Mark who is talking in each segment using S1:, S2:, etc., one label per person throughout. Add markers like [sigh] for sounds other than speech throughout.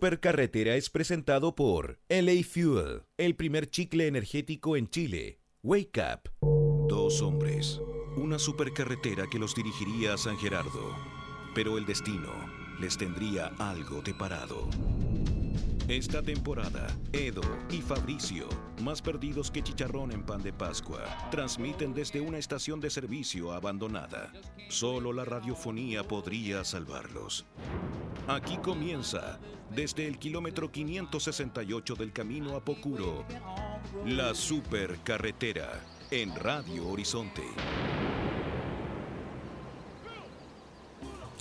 S1: Supercarretera es presentado por LA Fuel, el primer chicle energético en Chile. Wake Up.
S2: Dos hombres, una supercarretera que los dirigiría a San Gerardo, pero el destino les tendría algo de parado. Esta temporada, Edo y Fabricio, más perdidos que chicharrón en pan de Pascua, transmiten desde una estación de servicio abandonada. Solo la radiofonía podría salvarlos. Aquí comienza, desde el kilómetro 568 del camino a Pocuro, la supercarretera en Radio Horizonte.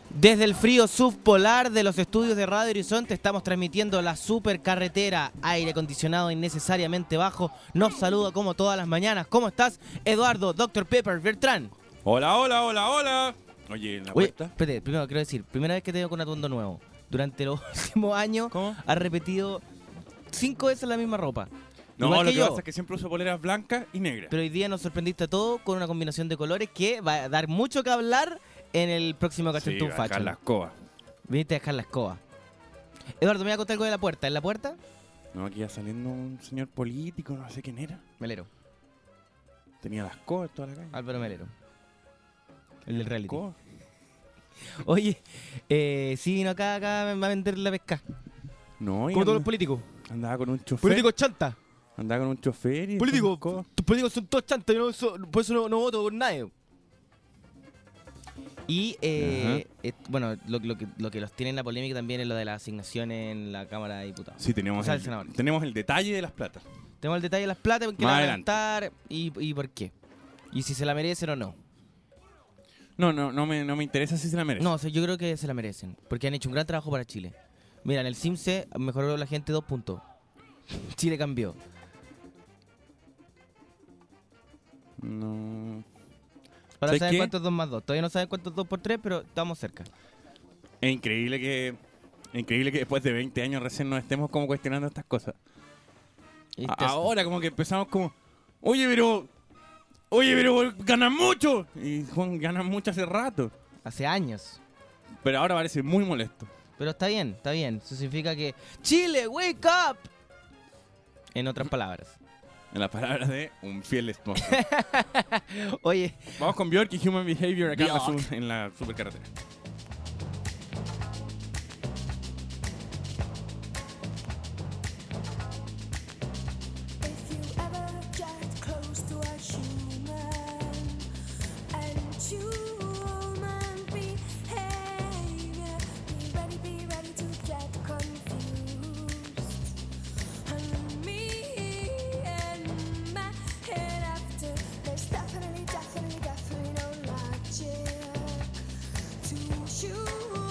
S3: Desde el frío subpolar de los estudios de Radio Horizonte estamos transmitiendo la supercarretera, aire acondicionado innecesariamente bajo. Nos saluda como todas las mañanas. ¿Cómo estás, Eduardo, Dr. Pepper, Bertrán?
S4: Hola, hola, hola, hola. Oye, ¿en la
S3: Oye,
S4: puerta?
S3: espérate, primero quiero decir, primera vez que te veo con atuendo nuevo. Durante los [laughs] últimos años
S4: ¿Cómo?
S3: has repetido cinco veces la misma ropa.
S4: No,
S3: Igual
S4: lo
S3: que
S4: que
S3: yo.
S4: pasa es que siempre uso poleras blancas y negras.
S3: Pero hoy día nos sorprendiste a todos con una combinación de colores que va a dar mucho que hablar en el próximo
S4: Sí,
S3: Ocasión Tun
S4: bajar
S3: Fashion.
S4: la escoba.
S3: Viniste a dejar la escoba. Eduardo, me voy a contar algo de la puerta. ¿En la puerta?
S4: No, aquí iba saliendo un señor político, no sé quién era.
S3: Melero.
S4: Tenía las escoba en toda la calle.
S3: Álvaro Melero. El del reality.
S4: Escoba.
S3: Oye, eh, sí vino acá, acá va a vender la pesca.
S4: No, y
S3: Como todos los
S4: anda-
S3: políticos.
S4: andaba con un chofer.
S3: Políticos chanta.
S4: Andaba con un chofer y...
S3: Políticos.
S4: con escoba.
S3: Tus políticos son todos chantas. yo no so- por eso no, no voto por nadie. Y, eh, eh, bueno, lo, lo que, lo que los tiene en la polémica también es lo de las asignaciones en la Cámara de Diputados.
S4: Sí, tenemos,
S3: O sea, el senador.
S4: el, tenemos el detalle de las platas.
S3: Tenemos el detalle de las plata, porque la
S4: Más
S3: van a
S4: adelante.
S3: gastar y, y por qué. Y si se la merecen o no.
S4: No, no, no me, no me interesa si se la merece.
S3: No, o sea, yo creo que se la merecen, porque han hecho un gran trabajo para Chile. Mira, en el CIMSE mejoró la gente dos puntos. Chile cambió.
S4: No.
S3: Ahora
S4: ¿Sabes
S3: saben
S4: qué?
S3: cuántos dos más dos. Todavía no saben cuántos dos por tres, pero estamos cerca.
S4: Es increíble que... Increíble que después de 20 años recién nos estemos como cuestionando estas cosas.
S3: Y
S4: A-
S3: te-
S4: Ahora como que empezamos como, oye, pero, oye, pero ganan mucho. Y Juan ganan mucho hace rato.
S3: Hace años.
S4: Pero ahora parece muy molesto.
S3: Pero está bien, está bien. Eso significa que Chile, wake up. En otras palabras.
S4: En las palabras de un fiel esposo.
S3: [laughs] Oye,
S4: Vamos con Bjork y Human Behavior acá en la,
S3: Bjork.
S4: su- en la supercarretera.
S5: If you ever get close to a human and human behavior, be ready, be ready to get confused. And me and my head after, there's definitely, definitely, definitely no logic to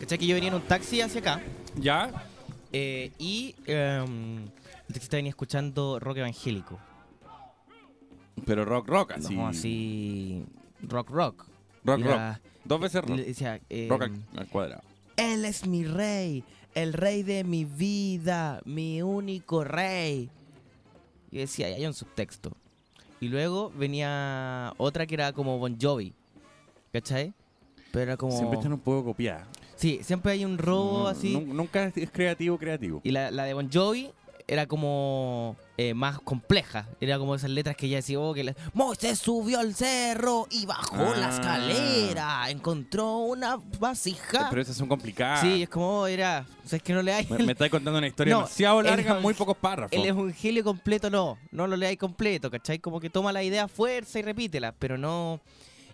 S3: ¿Cachai? Que yo venía en un taxi hacia acá
S4: ¿Ya?
S3: eh, y em, el taxista venía escuchando rock evangélico.
S4: Pero rock, rock, así.
S3: Como así. rock rock.
S4: Ah, Rock,
S3: Y
S4: rock.
S3: la-
S4: Dos veces
S3: y
S4: rock.
S3: le decía, em,
S4: Rock al, al cuadrado.
S3: Él es mi rey, el rey de mi vida, mi único rey. Y decía, "Ahí hay un subtexto. Y luego venía otra que era como Bon Jovi. ¿Cachai? Pero era como.
S4: Siempre están un poco copiadas.
S3: Sí, siempre hay un robo
S4: No,
S3: así.
S4: nun- Nunca es- es creativo, creativo.
S3: Y la, la de Bon Jovi era como eh, más compleja. Era como esas letras que ella decía, oh, que la- Moisés subió al cerro y bajó la
S4: Ah.
S3: escalera, encontró una vasija.
S4: Pero esas son complicadas.
S3: Sí, es como oh, era, o sea, es que no le hay.
S4: Me, me estáis contando una historia
S3: No,
S4: demasiado
S3: el
S4: larga, en
S3: evang-
S4: muy pocos párrafos.
S3: El evangelio completo no, no lo leáis completo, ¿cachai? Como que toma la idea a fuerza y repítela, pero no...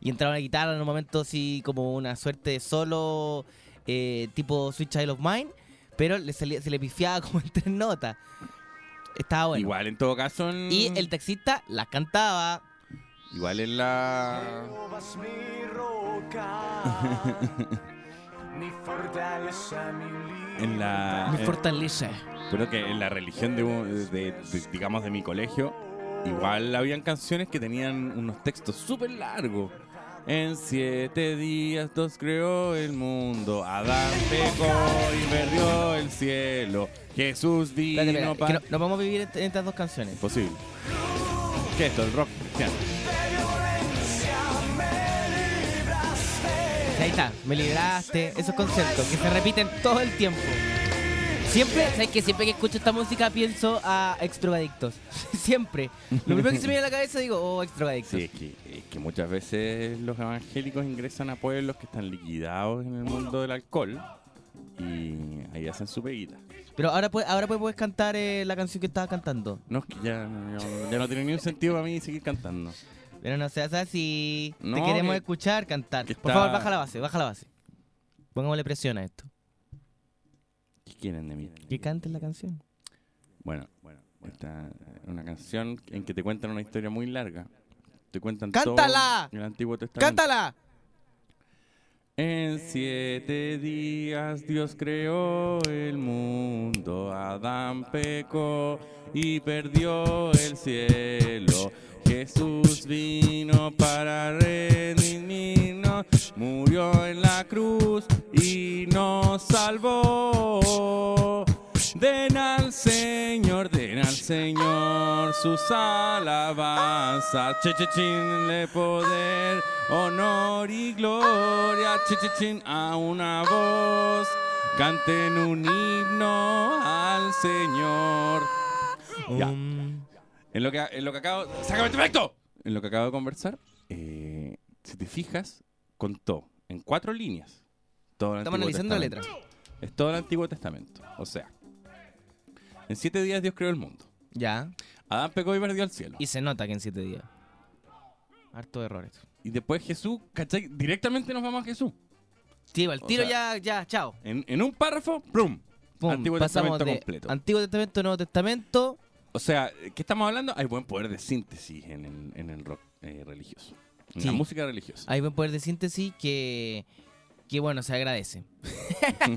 S3: Y entraba la guitarra en un momento así como una suerte de solo eh, tipo Switch Child of Mine, pero le salía- se le pifiaba [laughs] como en tres notas. Estaba bueno.
S4: Igual, en todo caso. en-
S3: Y el taxista las cantaba.
S4: Igual en la.
S6: Jehovas mi roca, mi fortaleza, mi libertad.
S4: En la.
S3: Mi
S4: eh,
S3: fortaleza.
S4: creo que en la religión de, un- de- de- digamos, de mi colegio, igual habían canciones que tenían unos textos súper largos. En siete días Dios creó el mundo, Adán pecó y perdió el cielo, Jesús vino
S3: Espérate, espérate,
S4: para...
S3: que no- nos vamos a vivir en, en estas dos canciones.
S4: Imposible. ¿Qué es esto? El rock cristiano.
S3: Ahí está, me libraste. Esos conceptos que se repiten todo el tiempo. Siempre, ¿sabes que Siempre que escucho esta música pienso a extrogadictos. [laughs] Siempre. Lo primero que se me viene a la cabeza digo, oh, extrogadictos.
S4: Sí, es que, es que muchas veces los evangélicos ingresan a pueblos que están liquidados en el mundo del alcohol y ahí hacen su peguita.
S3: Pero ahora, pu- ahora pues puedes cantar eh, la canción que estabas cantando.
S4: No, es que ya, ya- ya no tiene ningún sentido para mí seguir cantando.
S3: Pero no seas así. Te
S4: No,
S3: queremos
S4: que-
S3: escuchar cantar.
S4: que
S3: Por
S4: está-
S3: favor, baja la base, baja la base. Pongámosle presión a esto.
S4: ¿Qué quieren de mí?
S3: Que cantes la canción.
S4: Bueno, esta es una canción en que te cuentan una historia muy larga. Te cuentan
S3: ¡Cántala!
S4: todo el Antiguo Testamento.
S3: ¡Cántala!
S4: En siete días Dios creó el mundo, Adán pecó y perdió el cielo. Jesús vino para redimirnos, murió en la cruz y nos salvó. Den al Señor, den al Señor sus alabanzas. Chichichinle poder, honor y gloria. Chichichín a una voz. Canten un himno al Señor. Ya. En lo que, en lo que acabo. ¡Sácame tu efecto! En lo que acabo de conversar, eh, si te fijas, contó en cuatro líneas. Todo el
S3: Estamos
S4: Antiguo
S3: analizando la
S4: Testamento. Es todo el Antiguo Testamento. O sea, en siete días Dios creó el mundo.
S3: Ya.
S4: Adán pecó y perdió al cielo.
S3: Y se nota que en siete días. Harto de errores.
S4: Y después Jesús, ¿cachai? Directamente nos vamos a Jesús.
S3: Sí, al
S4: O
S3: tiro
S4: sea-
S3: ya, ya, chao.
S4: En, en un párrafo, ¡plum!
S3: Pum,
S4: Antiguo
S3: pasamos
S4: Testamento
S3: de
S4: completo.
S3: Antiguo Testamento, Nuevo Testamento.
S4: O sea, ¿qué estamos hablando? Hay buen poder de síntesis en el, en el rock eh, religioso. En
S3: Sí. Ah,
S4: la música religiosa.
S3: Hay buen poder de síntesis que, que bueno, se agradece.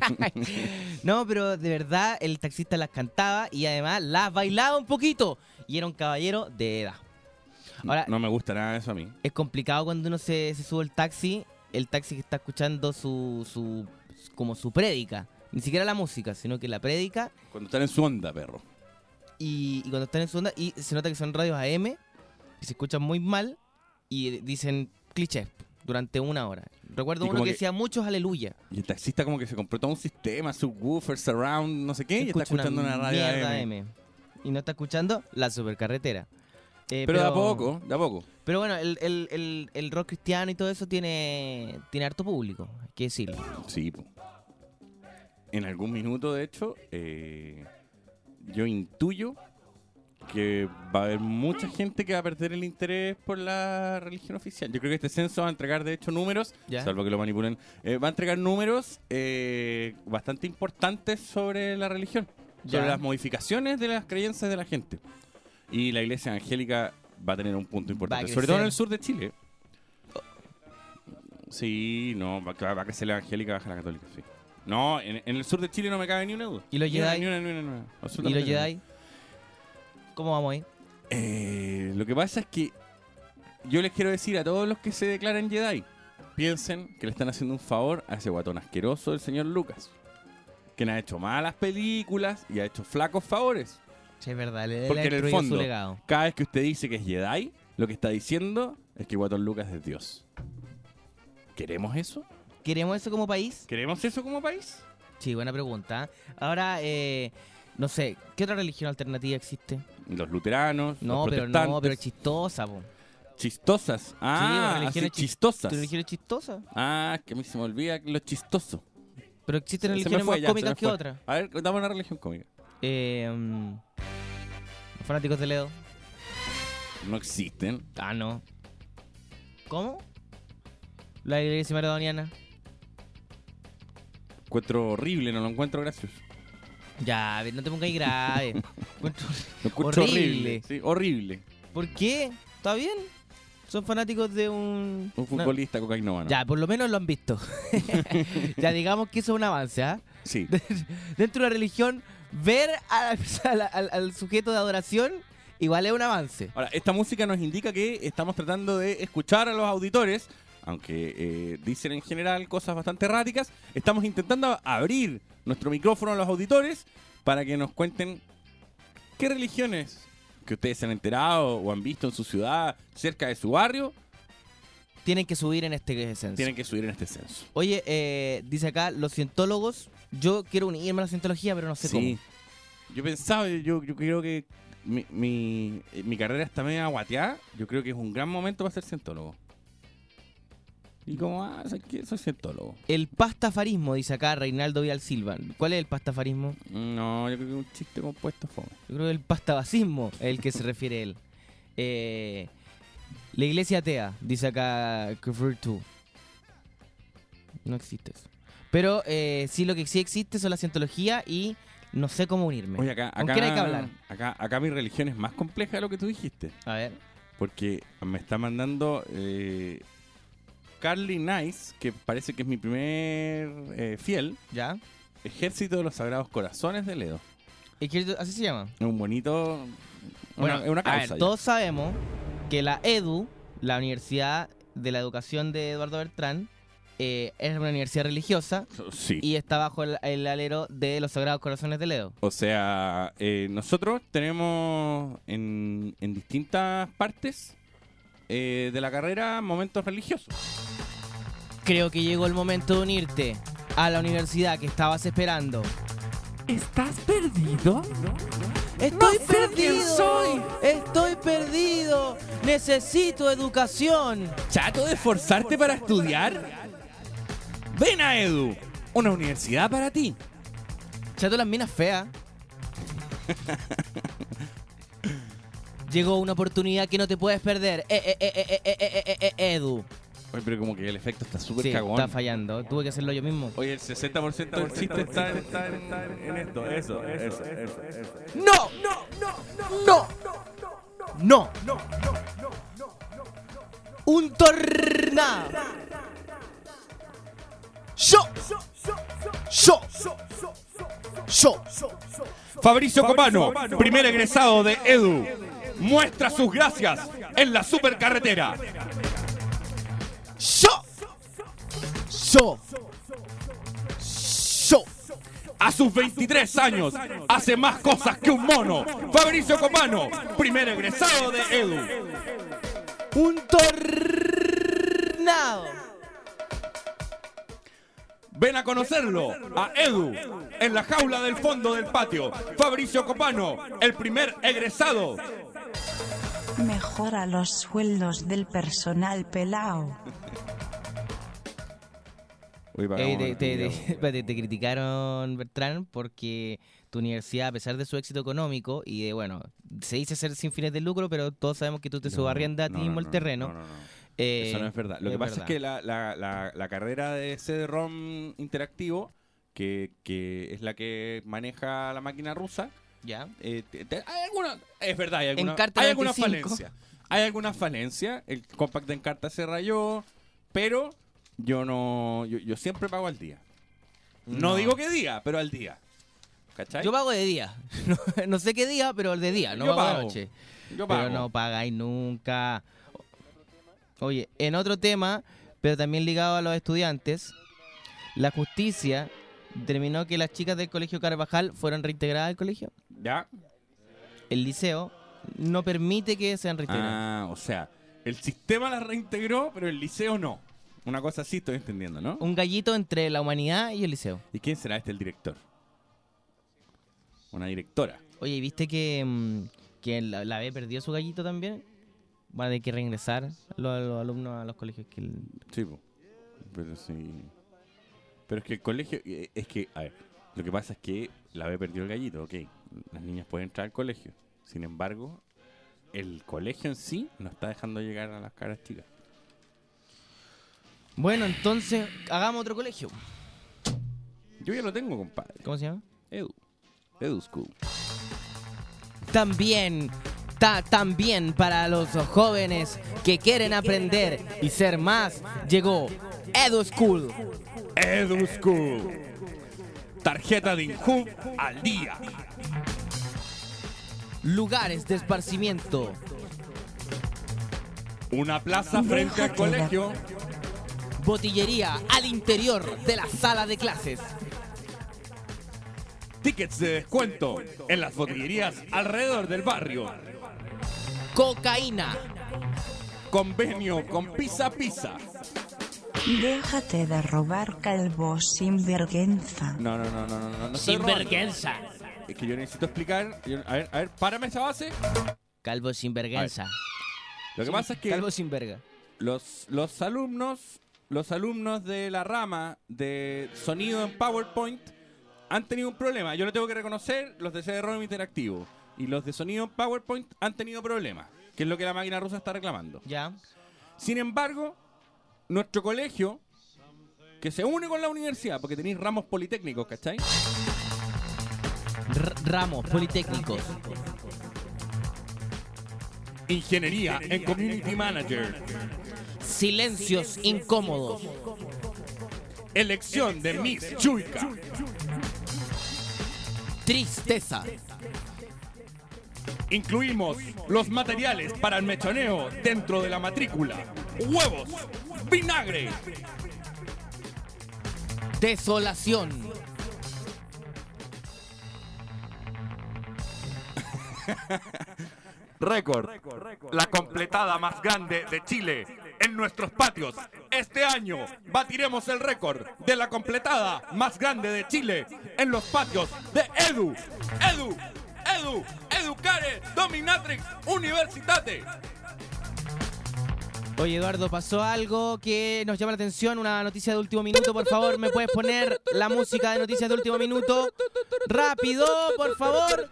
S3: [laughs] no, pero de verdad el taxista las cantaba y además las bailaba un poquito. Y era un caballero de edad. Ahora,
S4: no me gusta nada eso a mí.
S3: es complicado cuando uno se, se sube al taxi, el taxi que está escuchando su, su como su prédica. Ni siquiera la música, sino que la prédica
S4: Cuando están en su onda, perro.
S3: y, y cuando están en su onda, y se nota que son radios AM, que se escuchan muy mal, y dicen clichés durante una hora. Recuerdo
S4: Y
S3: uno
S4: como
S3: que
S4: que-
S3: decía muchos aleluya.
S4: Y el taxista como que se compró todo un sistema, subwoofer, surround, no sé qué,
S3: Se
S4: y está
S3: escucha
S4: escuchando una, radio
S3: mierda
S4: AM.
S3: Y no está escuchando la supercarretera. Eh,
S4: Pero de a poco, de a poco.
S3: Pero bueno, el, el- el- el rock cristiano y todo eso tiene, tiene harto público, hay que decirlo.
S4: Sí, po. En algún minuto, de hecho, eh, yo intuyo que va a haber mucha gente que va a perder el interés por la religión oficial. Yo creo que este censo va a entregar, de hecho, números,
S3: Ya.
S4: salvo que lo manipulen, eh, va a entregar números eh, bastante importantes sobre la religión, sobre
S3: Ya.
S4: las modificaciones de las creencias de la gente. Y la iglesia evangélica va a tener un punto importante, sobre todo en
S3: crecer.
S4: el sur de Chile. Sí, no, va, claro, va a crecer la evangélica, baja la católica, sí. No, en, en el sur de Chile no me cabe ni una duda.
S3: ¿Y los
S4: Ni una,
S3: Jedi?
S4: Ni una, ni una, ni una.
S3: ¿Y
S4: Absolutamente
S3: los Jedi? ¿Cómo vamos ahí?
S4: Eh, lo que pasa es que yo les quiero decir a todos los que se declaran Jedi, piensen que le están haciendo un favor a ese guatón asqueroso del señor Lucas, quien ha hecho malas películas y ha hecho flacos favores.
S3: Sí, es verdad, le,
S4: Porque
S3: le
S4: en el
S3: destruyó
S4: fondo-
S3: su legado.
S4: Cada vez que usted dice que es Jedi, lo que está diciendo es que guatón Lucas es Dios. ¿Queremos eso?
S3: ¿Queremos eso como país?
S4: ¿Queremos eso como país?
S3: Sí, buena pregunta. Ahora, eh, no sé, ¿qué otra religión alternativa existe?
S4: Los luteranos,
S3: No,
S4: los
S3: pero
S4: protestantes,
S3: no, pero es chistosa, po.
S4: chistosas. Ah,
S3: las
S4: así,
S3: religiones chi-
S4: chistosas.
S3: ¿Tu religión es chistosa?
S4: Ah, que a mí se me olvida lo chistoso.
S3: Pero existen
S4: Se- se me
S3: religiones
S4: fue
S3: más
S4: ya, se
S3: cómicas
S4: me
S3: que
S4: fue.
S3: otras.
S4: A ver, dame una religión cómica.
S3: Eh, mm, los fanáticos de Ledo.
S4: No existen.
S3: Ah, no. ¿Cómo? La iglesia maradoniana.
S4: Encuentro horrible, no lo encuentro gracioso.
S3: Ya, a ver, no te pongas ahí grave.
S4: [laughs]
S3: Encuentro-
S4: Lo encuentro horrible.
S3: Horrible.
S4: Sí, horrible.
S3: ¿Por qué? ¿Está bien? Son fanáticos de un...
S4: Un
S3: una-
S4: futbolista cocainómano.
S3: Ya, por lo menos lo han visto. [laughs] ya digamos que eso es un avance, ¿ah?
S4: Sí.
S3: Dentro de la religión, ver a la- a la- al, al sujeto de adoración igual es un avance.
S4: Ahora, esta música nos indica que estamos tratando de escuchar a los auditores, aunque eh, dicen en general cosas bastante erráticas. Estamos intentando abrir nuestro micrófono a los auditores para que nos cuenten qué religiones que ustedes se han enterado o han visto en su ciudad, cerca de su barrio,
S3: Tienen que subir en este censo.
S4: tienen que subir en este censo.
S3: Oye, eh, dice acá, los cientólogos, yo quiero unirme a la cientología, pero no sé cómo.
S4: Yo pensaba, yo, yo creo que mi, mi, eh, mi carrera está media guateada. Yo creo que es un gran momento para ser cientólogo.
S3: Mm.
S4: Y como, ah, ¿sabes qué? Soy cientólogo.
S3: El pastafarismo, dice acá Reinaldo Vial Silva. ¿Cuál es el pastafarismo?
S4: Mm, No, yo creo que es un chiste compuesto fome.
S3: Yo creo que el pastabacismo es el que se refiere él. Eh, la iglesia atea, dice acá Kefirtu. No existe eso. Pero eh, sí, lo que sí existe son la cientología y no sé cómo unirme.
S4: Oye, acá,
S3: ¿Con
S4: acá,
S3: quién hay que hablar?
S4: acá, acá mi religión es más compleja de lo que tú dijiste.
S3: A ver.
S4: Porque me está mandando eh, Carly Nice, que parece que es mi primer eh, fiel,
S3: ¿Ya?
S4: Ejército de los Sagrados Corazones de Ledo.
S3: Ejército- Así se llama.
S4: Es un bonito.
S3: Bueno,
S4: una, es una
S3: a
S4: causa.
S3: ver,
S4: ya.
S3: todos sabemos que la EDU, la Universidad de la Educación de Eduardo Bertrán, eh, es una universidad religiosa
S4: Sí.
S3: y está bajo el, el alero de los Sagrados Corazones de Ledo.
S4: O sea, eh, nosotros tenemos en, en distintas partes eh, de la carrera momentos religiosos.
S3: Creo que llegó el momento de unirte a la universidad que estabas esperando.
S7: ¿Estás perdido?
S3: Estoy
S7: sé
S3: perdido.
S7: quién soy.
S3: Estoy perdido. Necesito educación.
S4: ¿Chato de esforzarte para estudiar? Ven a Edu, una universidad para ti.
S3: Chato las minas feas. Llegó una oportunidad que no te puedes perder. Eh, eh, eh, eh, eh, eh, eh, eh, eh, Edu.
S4: Oye, pero como que el efecto está súper
S3: Sí,
S4: cagón.
S3: está fallando. Tuve que hacerlo yo mismo.
S4: Oye, el 60% del chiste está, en- está en, en esto, eso, eso, eso, eso.
S3: ¡No! ¡No! ¡No! ¡No! ¡No! ¡Un tornado! ¡Yo! ¡Yo! ¡Yo!
S4: Fabricio Copano, primer egresado de Edu, muestra sus gracias en la supercarretera.
S3: ¡Yo! ¡Yo! ¡Yo!
S4: A sus 23 años hace más cosas que un mono. Fabricio Copano, primer egresado de Edu.
S3: ¡Un tornado!
S4: Ven a conocerlo a Edu en la jaula del fondo del patio. Fabricio Copano, el primer egresado.
S8: Mejora los sueldos del personal pelao.
S3: Eh, te, te- te- [laughs] espérate, te criticaron, Bertrán, porque tu universidad, a pesar de su éxito económico y de, bueno, se dice ser sin fines de lucro, pero todos sabemos que tú te subarriendas a ti mismo el terreno. Eh,
S4: Eso no es verdad. Lo que pasa
S3: verdad.
S4: es que la, la- la- la carrera de CD-ROM interactivo, que, que es la que maneja la máquina rusa,
S3: ¿Ya?
S4: eh, te- te- hay alguna, es verdad, hay alguna,
S3: Encarta
S4: hay alguna
S3: 95.
S4: falencia. Hay alguna falencia. El compact de Encarta se rayó, pero yo no, yo, yo siempre pago al día. No, digo que día, pero al día. ¿Cachai?
S3: Yo pago de día. [laughs] No, no sé qué día, pero el de día, no
S4: Yo
S3: pago,
S4: pago.
S3: de noche.
S4: Yo
S3: Pero
S4: pago.
S3: no pagáis nunca. Oye, en otro tema, pero también ligado a los estudiantes, la justicia determinó que las chicas del colegio Carvajal fueron reintegradas al colegio.
S4: ¿Ya?
S3: El liceo no permite que sean reintegradas.
S4: Ah, o sea, el sistema la reintegró, pero el liceo no. Una cosa así estoy entendiendo, ¿no?
S3: Un gallito entre la humanidad y el liceo.
S4: ¿Y quién será este el director? Una directora.
S3: Oye, ¿y ¿viste que, mm, que la, la B perdió su gallito también? Van a tener que reingresar los, los alumnos a los colegios. Que el-
S4: Sí, po. pero sí. Pero es que el colegio. eh, Es que, a ver, lo que pasa es que la B perdió el gallito, ok. Las niñas pueden entrar al colegio. Sin embargo, el colegio en sí no está dejando llegar a las caras chicas.
S3: Bueno, entonces, hagamos otro colegio.
S4: Yo ya lo tengo, compadre.
S3: ¿Cómo se llama?
S4: Edu. Edu School.
S3: También, ta- también para los jóvenes que quieren aprender y ser más, llegó Edu School.
S4: Edu School. Tarjeta de Injub al día.
S3: Lugares de esparcimiento.
S4: Una plaza frente al colegio.
S3: Botillería al interior de la sala de clases.
S4: Tickets de descuento en las botillerías alrededor del barrio.
S3: Cocaína.
S4: Convenio con Pisa Pisa.
S8: Déjate de robar calvo sin vergüenza.
S4: No, no, no, no, no, no. no estoy
S3: Sin
S4: robando.
S3: vergüenza.
S4: Es que yo necesito explicar. yo- a ver, a ver, párame esa base.
S3: Calvo sin vergüenza.
S4: Lo que pasa es que
S3: Calvo sin verga.
S4: los, los alumnos, los alumnos de la rama de sonido en PowerPoint han tenido un problema. Yo lo tengo que reconocer, los de CD-ROM interactivo y los de sonido en PowerPoint han tenido problemas, que es lo que la máquina rusa está reclamando.
S3: Ya.
S4: Sin embargo, nuestro colegio, que se une con la universidad, porque tenéis ramos politécnicos, ¿cachai?
S3: R- Ramos, Politécnicos.
S4: Ingeniería en Community Manager.
S3: Silencios incómodos.
S4: Elección de Miss Chuica.
S3: Tristeza.
S4: Incluimos los materiales para el mechoneo dentro de la matrícula. Huevos, vinagre,
S3: Desolación.
S4: Récord. La completada más grande de Chile en nuestros patios. Este año batiremos el récord de la completada más grande de Chile en los patios de Edu. Edu, Edu, Educare, Dominatrix, Universitate.
S3: Oye, Eduardo, pasó algo que nos llama la atención. Una noticia de último minuto, por favor. ¿Me puedes poner la música de noticias de último minuto? ¡Rápido, por favor!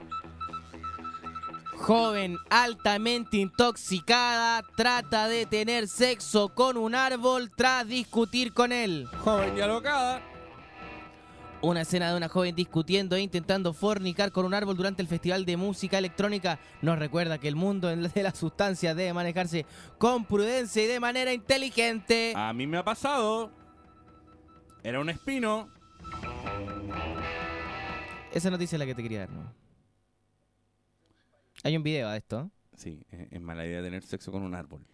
S3: Joven altamente intoxicada trata de tener sexo con un árbol tras discutir con él.
S4: Joven y alocada.
S3: Una escena de una joven discutiendo e intentando fornicar con un árbol durante el Festival de Música Electrónica nos recuerda que el mundo de las sustancias debe manejarse con prudencia y de manera inteligente.
S4: A mí me ha pasado. Era un espino.
S3: Esa noticia es la que te quería dar, ¿no? Hay un video de esto.
S4: Sí, es es mala idea tener sexo con un árbol.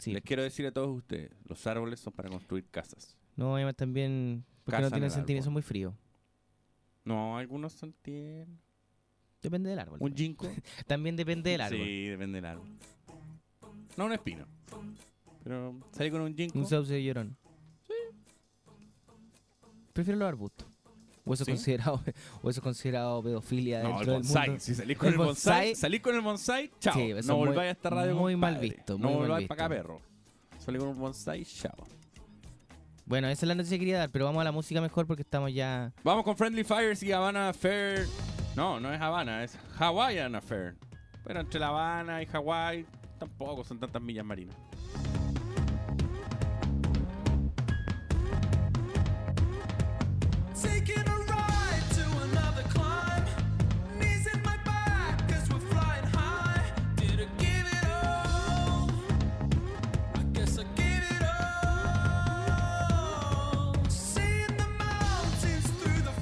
S3: Sí.
S4: Les quiero decir a todos ustedes, los árboles son para construir casas.
S3: No, además también. Porque no
S4: Cazan
S3: tienen
S4: el
S3: sentido y
S4: árbol.
S3: son muy fríos.
S4: No, algunos son tiernos.
S3: Depende del árbol.
S4: ¿Un ginkgo?
S3: También depende del árbol.
S4: Sí, depende del árbol. No un espino. Pero salí con un ginkgo.
S3: Un sauce de llorón. Prefiero los arbustos. O eso, es
S4: ¿Sí?
S3: considerado, [laughs] o eso es considerado pedofilia
S4: No, el
S3: dentro del
S4: bonsai.
S3: mundo.
S4: Si salís con
S3: El
S4: el bonsai,
S3: bonsai-
S4: salís con el bonsai, chao.
S3: Sí, eso
S4: no
S3: es muy-
S4: volváis a esta radio,
S3: muy mal
S4: compadre.
S3: visto,
S4: No
S3: muy mal
S4: volváis para acá,
S3: visto.
S4: perro. Salí con un bonsai, chao.
S3: Bueno, esa es la noticia que quería dar, pero vamos a la música mejor porque estamos ya.
S4: Vamos con Friendly Fires y Havana Affair. No, no es Havana, es Hawaiian Affair. Pero entre La Habana y Hawái tampoco son tantas millas marinas.
S5: Taking a ride to another climb. Knees in my back as we're flying high. Did I give it all? I guess I gave it all. Seeing the mountains through the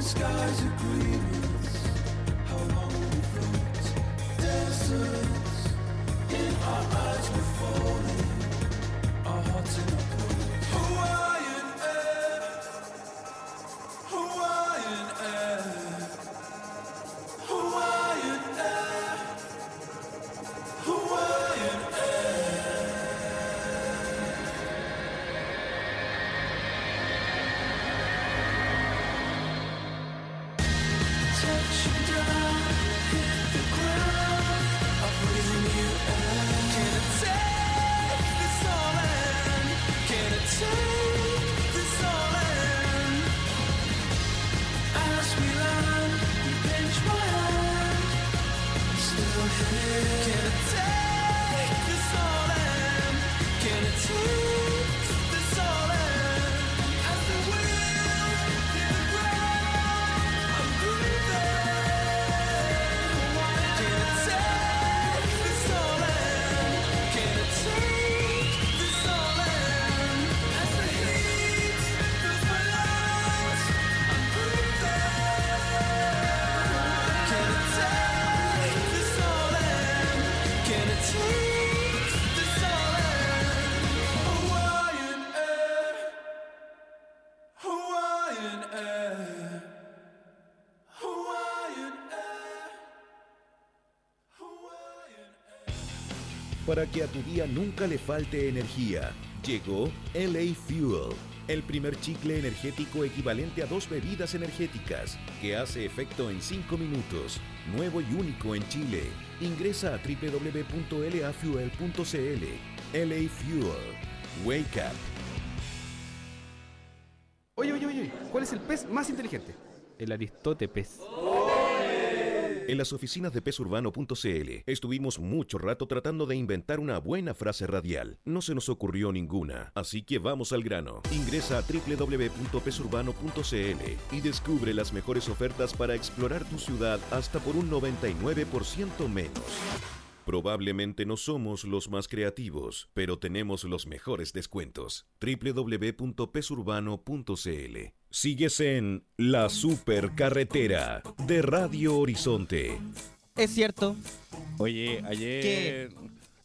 S5: sky's a grievance. How long we float? Deserts in our eyes were falling. Our hearts in our throats. Hawaiian air. Hawaiian air. Hawaiian air. Hawaiian Take this all in as the wheels hit the ground. I'm Take this all in Hawaiian air Hawaiian air Hawaiian air. Hawaiian air.
S2: Para que a tu día nunca le falte energía, llegó LA Fuel, el primer chicle energético equivalente a dos bebidas energéticas, que hace efecto en 5 minutos, nuevo y único en Chile. Ingresa a www.lafuel.cl. LA Fuel, Wake Up.
S9: Oye, oye, oye,
S10: é
S9: ¿cuál es el pez más inteligente? El Aristote pez.
S2: En las oficinas de pesurbano.cl estuvimos mucho rato tratando de inventar una buena frase radial. No se nos ocurrió ninguna, así que vamos al grano. Ingresa a www.pesurbano.cl y descubre las mejores ofertas para explorar tu ciudad hasta por un 99% menos. Probablemente no somos los más creativos, pero tenemos los mejores descuentos. www.pesurbano.cl Sigues en La Supercarretera de Radio Horizonte.
S3: Es cierto,
S4: Oye, ayer.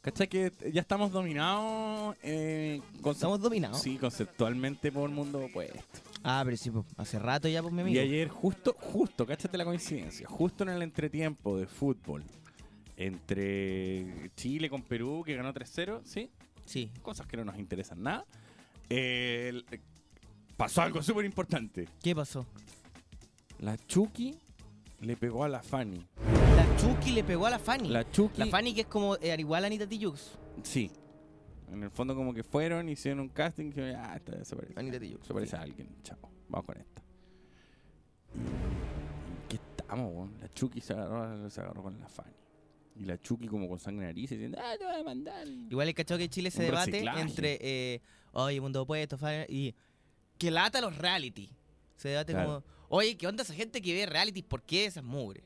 S4: ¿Cachai que ya estamos dominados? eh, conce-
S3: estamos dominados.
S4: Sí, conceptualmente por el mundo opuesto.
S3: Ah, pero sí, po, hace rato ya, pues, mi
S4: Y
S3: amigo.
S4: ayer, justo, justo, cáchate la coincidencia, justo en el entretiempo de fútbol entre Chile con Perú, que ganó 3-0, ¿sí?
S3: Sí.
S4: Cosas que no nos interesan nada. eh, el- eh, pasó algo súper importante.
S3: ¿Qué pasó?
S4: La Chucky le pegó a la Fanny.
S3: La Chucky le pegó a la Fanny. La,
S4: La Chucky.
S3: Fanny que es como eh, al igual a Anita Tijoux.
S4: Sí. En el fondo como que fueron, hicieron un casting y dijeron, ah, esta se parece.
S3: Anita Tijoux.
S4: Se parece a alguien, chao. Vamos con esta. ¿En ¿Qué estamos, weón? La Chucky se agarró, se agarró con la Fanny. Y la Chucky como con sangre en la nariz diciendo, ah, te voy a mandar.
S3: Igual el cachado que en Chile se
S4: Un
S3: debate
S4: reciclaje.
S3: entre, eh, oye, mundo opuesto, fa- y que lata los reality. Se debate como,
S4: Claro.
S3: oye, ¿qué onda esa gente que ve reality? ¿Por qué esas mugres?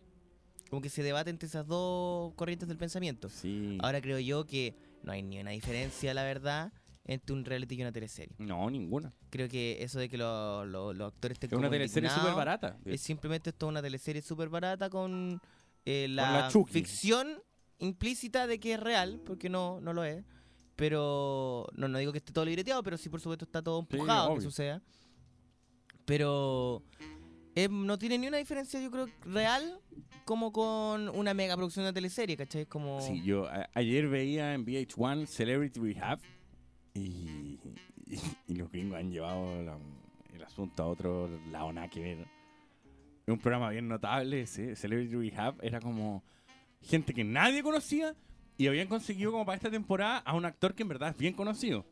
S3: Como que se debate entre esas dos corrientes del pensamiento.
S4: Sí.
S3: Ahora creo yo que no hay ni una diferencia, la verdad, entre un reality y una teleserie.
S4: No, ninguna.
S3: Creo que eso de que lo- lo- los actores estén
S4: Es una
S3: como
S4: teleserie súper
S3: indignados,
S4: barata.
S3: Es simplemente esto una teleserie súper barata con eh,
S4: la
S3: la,
S4: Chucky.
S3: ficción implícita de que es real, porque no, no lo es. Pero no, no digo que esté todo libreteado, pero sí, por supuesto, está todo
S4: Sí,
S3: empujado a que
S4: obvio.
S3: suceda. Pero eh, no tiene ni una diferencia, yo creo, real como con una mega producción de teleserie, ¿cachai? Es Como...
S4: Sí, yo a- ayer veía en VH1 Celebrity Rehab y, y, y los gringos han llevado la- el asunto a otro lado, nada que ver. Es un programa bien notable ese, Celebrity Rehab, era como gente que nadie conocía y habían conseguido como para esta temporada a un actor que en verdad es bien conocido.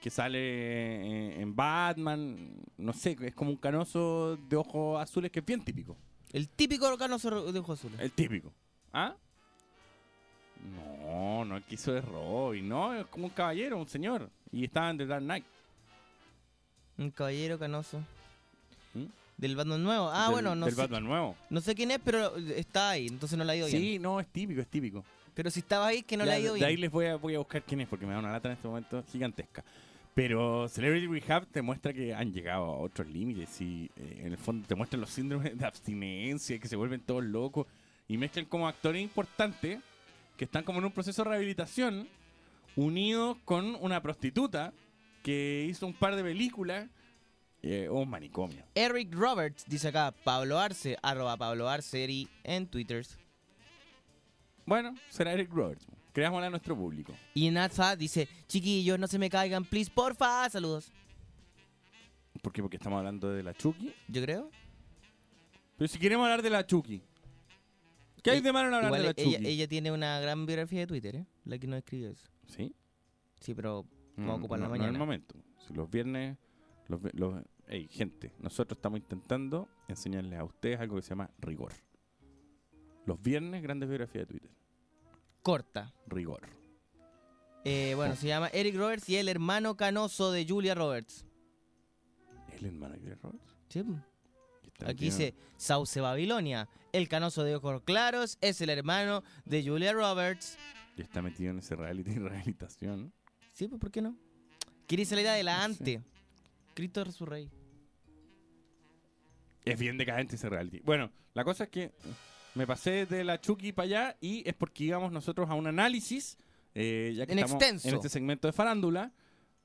S4: Que sale eh, en Batman, no sé, es como un canoso de ojos azules que es bien típico.
S3: El típico Carlos de Ojos Azules.
S4: El típico. ¿Ah? No, no quiso de Robin. No, es como un caballero, un señor. Y estaban de Dark Knight.
S3: Un caballero canoso.
S4: ¿Mm?
S3: Del Batman nuevo. Ah,
S4: del-
S3: bueno, no
S4: Del
S3: sé,
S4: Batman nuevo.
S3: no sé quién es, pero está ahí, entonces no la ha ido bien.
S4: Sí, no, es típico, es típico.
S3: Pero si estaba ahí, que no
S4: Ya,
S3: la ha ido
S4: de
S3: bien.
S4: ahí les voy a, voy a buscar quién es porque me da una lata en este momento gigantesca. Pero Celebrity Rehab te muestra que han llegado a otros límites y eh, en el fondo te muestran los síndromes de abstinencia, que se vuelven todos locos y mezclan como actores importantes que están como en un proceso de rehabilitación unidos con una prostituta que hizo un par de películas eh, o un manicomio.
S3: Eric Roberts dice acá, Pablo Arce, arroba Pablo Arceri en Twitter.
S4: Bueno, será Eric Roberts. Creámosla a nuestro público.
S3: Y Natsa dice, chiquillos, no se me caigan, please, porfa, saludos.
S4: ¿Por qué? Porque estamos hablando de la Chucky.
S3: Yo creo.
S4: Pero si queremos hablar de la Chucky. ¿Qué hay
S3: Eh,
S4: de malo en hablar
S3: Igual
S4: de la
S3: ella,
S4: Chucky?
S3: ella tiene una gran biografía de Twitter, ¿eh? La que nos escribió eso.
S4: ¿Sí? Mm,
S3: Sí, pero vamos a ocupar la
S4: no, No
S3: mañana.
S4: es el momento. Si los viernes. Los, vi- los, hey, gente, nosotros estamos intentando enseñarles a ustedes algo que se llama rigor. Los viernes, grandes biografías de Twitter.
S3: Corta.
S4: Rigor.
S3: Eh, bueno, se llama Eric Roberts y el hermano canoso de Julia Roberts.
S4: ¿El hermano de Julia Roberts?
S3: Sí. po.
S4: Que está
S3: Aquí
S4: metido-
S3: dice Sauce Babilonia. El canoso de ojos claros es el hermano de Julia Roberts.
S4: que está metido en ese reality [laughs] y rehabilitación.
S3: Sí, pues ¿por qué no? Quiere salir adelante.
S4: Sí.
S3: Cristo es su rey.
S4: Es bien decadente ese reality. Bueno, la cosa es que me pasé de la Chucky para allá y es porque íbamos nosotros a un análisis, eh, ya que
S3: En
S4: estamos
S3: extenso.
S4: en este segmento de farándula,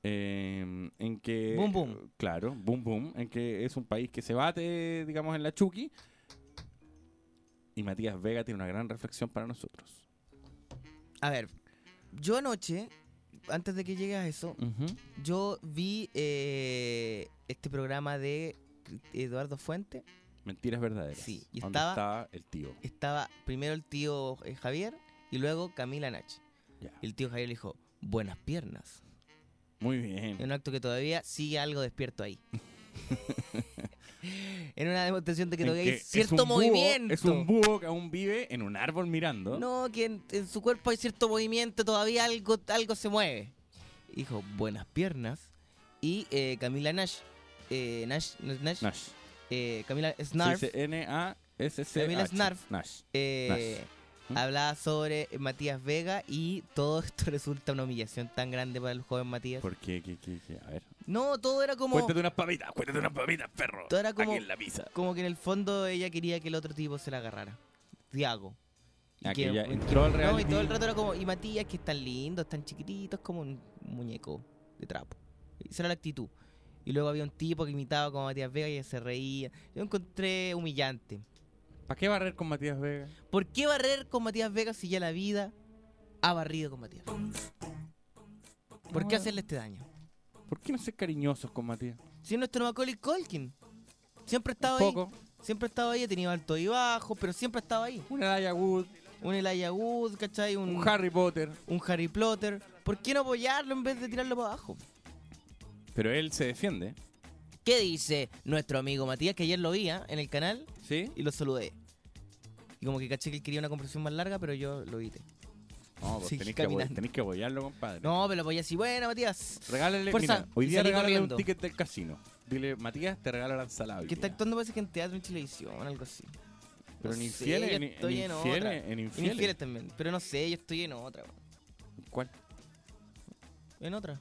S4: eh, en que...
S3: Boom, boom.
S4: Claro, boom, boom, en que es un país que se bate, digamos, en la Chucky. Y Matías Vega tiene una gran reflexión para nosotros.
S3: A ver, yo anoche, antes de que llegue a eso, yo vi eh, este programa de Eduardo Fuente.
S4: Mentiras verdaderas.
S3: Sí, y
S4: ¿Dónde
S3: estaba-
S4: estaba el tío?
S3: Estaba primero el tío eh, Javier y luego Camila Nach.
S4: Ya.
S3: El tío Javier le dijo, buenas piernas.
S4: Muy bien.
S3: En un acto que todavía sigue algo despierto [laughs] ahí. en una demostración de que
S4: En
S3: todavía
S4: que
S3: hay
S4: es
S3: cierto
S4: un búho-
S3: movimiento.
S4: es un búho que aún vive en un árbol mirando.
S3: No, que en, en su cuerpo hay cierto movimiento, todavía algo, algo se mueve. Y Dijo, buenas piernas. Y eh, Camila Nash, eh, Nash, no es Nash,
S4: Nash.
S3: eh, Camila
S4: Se
S3: Snarf,
S4: dice N-A-S-C.
S3: Camila Snarf.
S4: Nash.
S3: eh,
S4: Nash. ¿Mm?
S3: hablaba sobre Matías Vega y todo esto [laughs] resulta una humillación tan grande para el joven Matías.
S4: ¿Por qué? ¿Qué, qué, qué? A ver.
S3: No, todo era como...
S4: Cuéntate unas papitas, cuéntate unas papitas, perro.
S3: Todo era como-
S4: Aquí en la pizza.
S3: Como que en el fondo ella quería que el otro tipo se la agarrara. Tiago. Y
S4: Ah,
S3: que-
S4: que ya
S3: y-
S4: entró al
S3: No, y
S4: reality.
S3: todo el rato era como, y Matías, que es tan lindo, es tan chiquitito, es como un muñeco de trapo. Esa era la actitud. Y luego había un tipo que imitaba como a Matías Vega y se reía. Yo lo encontré humillante.
S4: ¿Para qué barrer con Matías Vega?
S3: ¿Por qué barrer con Matías Vega si ya la vida ha barrido con Matías? ¿Por qué hacerle este daño?
S4: ¿Por qué no ser cariñosos con Matías?
S3: Si es nuestro Macaulay Colkin. Siempre ha estado
S4: Un
S3: ahí.
S4: poco.
S3: Siempre ha estado ahí, ha tenido alto y bajo, pero siempre ha estado ahí.
S4: Una Daya Wood,
S3: Un Elijah Wood, ¿cachai? Un,
S4: un Harry Potter.
S3: un Harry Potter. ¿Por qué no apoyarlo en vez de tirarlo para abajo?
S4: Pero él se defiende.
S3: ¿Qué dice nuestro amigo Matías? Que ayer lo vi ¿ah? en el canal
S4: ¿Sí?
S3: y lo saludé. Y como que caché que él quería una conversación más larga, pero yo lo evité.
S4: No, pues
S3: Sigue
S4: tenéis que, apoy-
S3: caminando.
S4: tenéis que apoyarlo, compadre.
S3: No, pero voy así, bueno, Matías.
S4: Regálale,
S3: Fuerza,
S4: mira, hoy
S3: y
S4: día
S3: salí
S4: regálale
S3: corriendo.
S4: un ticket del casino. Dile, Matías, te regalo la ensalada. hoy
S3: Que está
S4: día.
S3: actuando parece que en teatro, en televisión, algo así.
S4: Pero
S3: No
S4: en
S3: sé,
S4: infieles,
S3: yo
S4: en, en
S3: estoy en
S4: infieles,
S3: otra.
S4: en
S3: En
S4: infieles.
S3: infieles también, pero no sé, yo estoy en otra. weón.
S4: ¿Cuál?
S3: En otra.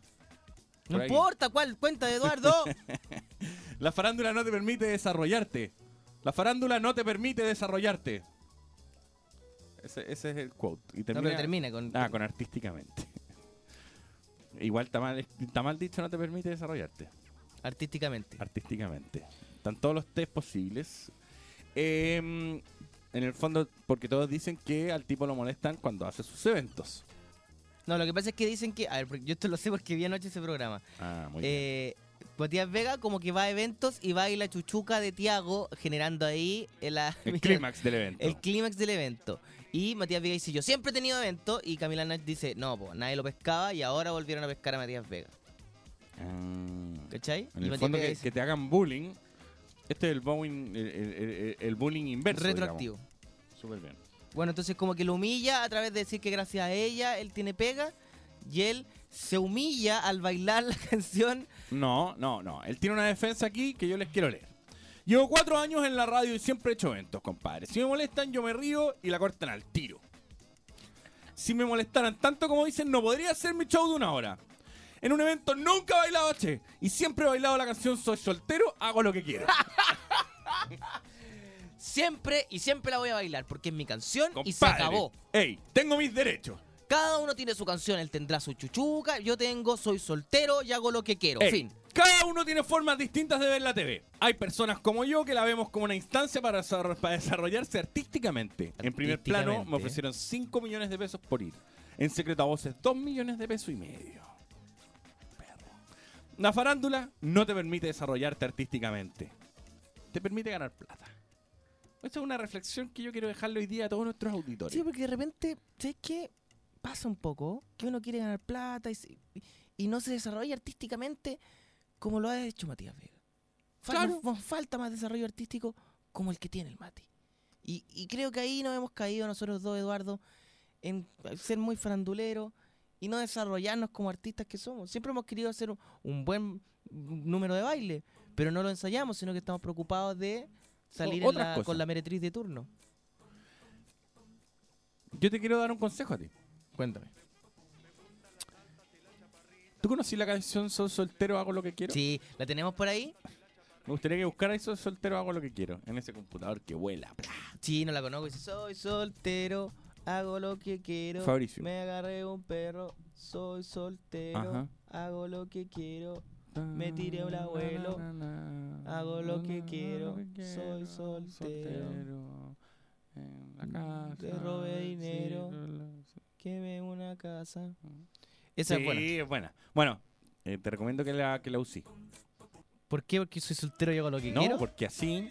S4: Por
S3: No
S4: ahí.
S3: importa cuál, cuenta
S4: [laughs]
S3: Eduardo.
S4: La farándula no te permite desarrollarte. La farándula no te permite desarrollarte. Ese, ese es el quote. Y
S3: no,
S4: termina,
S3: pero termina con.
S4: Ah, con artísticamente. Igual está mal, está mal dicho, no te permite desarrollarte.
S3: Artísticamente.
S4: Artísticamente. Están todos los test posibles. Em, en el fondo, porque todos dicen que al tipo lo molestan cuando hace sus eventos.
S3: No, lo que pasa es que dicen que. A ver, porque yo esto lo sé porque vi anoche ese programa.
S4: Ah, muy bien.
S3: Eh, Matías Vega como que va a eventos y baila chuchuca de Tiago, generando ahí la- [laughs]
S4: El clímax del evento.
S3: el clímax del evento. Y Matías Vega dice, yo siempre he tenido eventos. Y Camila Nach dice, no, pues nadie lo pescaba y ahora volvieron a pescar a Matías Vega.
S4: Ah.
S3: ¿Cachai? y
S4: En el
S3: Matías
S4: fondo,
S3: Vega
S4: que,
S3: dice,
S4: que te hagan bullying. Este es el, bowing, el, el- el- el bullying inverso.
S3: retroactivo.
S4: digamos. Súper bien.
S3: Bueno, entonces como que lo humilla a través de decir que gracias a ella él tiene pega. Y él se humilla al bailar la [laughs] canción.
S4: No, no, no. Eh, Él tiene una defensa aquí que yo les quiero leer. Llevo cuatro años en la radio y siempre he hecho eventos, compadre. Si me molestan, yo me río y la cortan al tiro. Si me molestaran tanto como dicen, no podría hacer mi show de una hora. En un evento nunca he bailado Che y siempre he bailado la canción Soy soltero, hago lo que quiero.
S3: Siempre y siempre la voy a bailar porque es mi canción [laughs] y se
S4: Compadre,
S3: acabó.
S4: Ey, tengo mis derechos.
S3: Cada uno tiene su canción, él tendrá su chuchuca, yo tengo, soy soltero y hago lo que quiero.
S4: Ey,
S3: Fin.
S4: Cada uno tiene formas distintas de ver la TV. Hay personas como yo que la vemos como una instancia para, desarro- para desarrollarse artísticamente. En primer plano
S3: Artísticamente.
S4: me ofrecieron 5 millones de pesos por ir. En secreto a voces 2 millones de pesos y medio. Perro. La farándula no te permite desarrollarte artísticamente. Te permite ganar plata. Esa es una reflexión que yo quiero dejarle hoy día a todos nuestros auditores.
S3: Sí, porque de repente, ¿sabes qué? Pasa un poco que uno quiere ganar plata y, se- y- y no se desarrolla artísticamente como lo ha hecho Matías Vega. Fal-
S4: Claro.
S3: nos falta más desarrollo artístico como el que tiene el Mati. Y, y creo que ahí nos hemos caído nosotros dos, Eduardo, en ser muy faranduleros y no desarrollarnos como artistas que somos. Siempre hemos querido hacer un, un buen número de baile, pero no lo ensayamos, sino que estamos preocupados de salir en
S4: otras
S3: la-
S4: cosas.
S3: con la meretriz de turno.
S4: Yo te quiero dar un consejo a ti.
S3: Cuéntame.
S4: ¿Tú conocí la canción Soy soltero, hago lo que quiero?
S3: Sí, ¿la tenemos por ahí?
S4: Me gustaría que buscara Soy soltero, hago lo que quiero. En ese computador que vuela. Bla.
S3: Sí, no la conozco. Dice, soy soltero, hago lo que quiero.
S4: Fabricio.
S3: Me agarré un perro, soy soltero,
S4: Ajá.
S3: hago lo que quiero. Me tiré un abuelo, hago lo que quiero. Soy soltero, Mm,
S4: En la casa.
S3: te robé dinero, quemé una casa. Esa
S4: sí,
S3: es buena.
S4: es buena. Bueno, eh, te recomiendo que la, que la uses.
S3: ¿Por qué? Porque soy soltero y hago lo que
S4: No,
S3: quiero.
S4: porque así.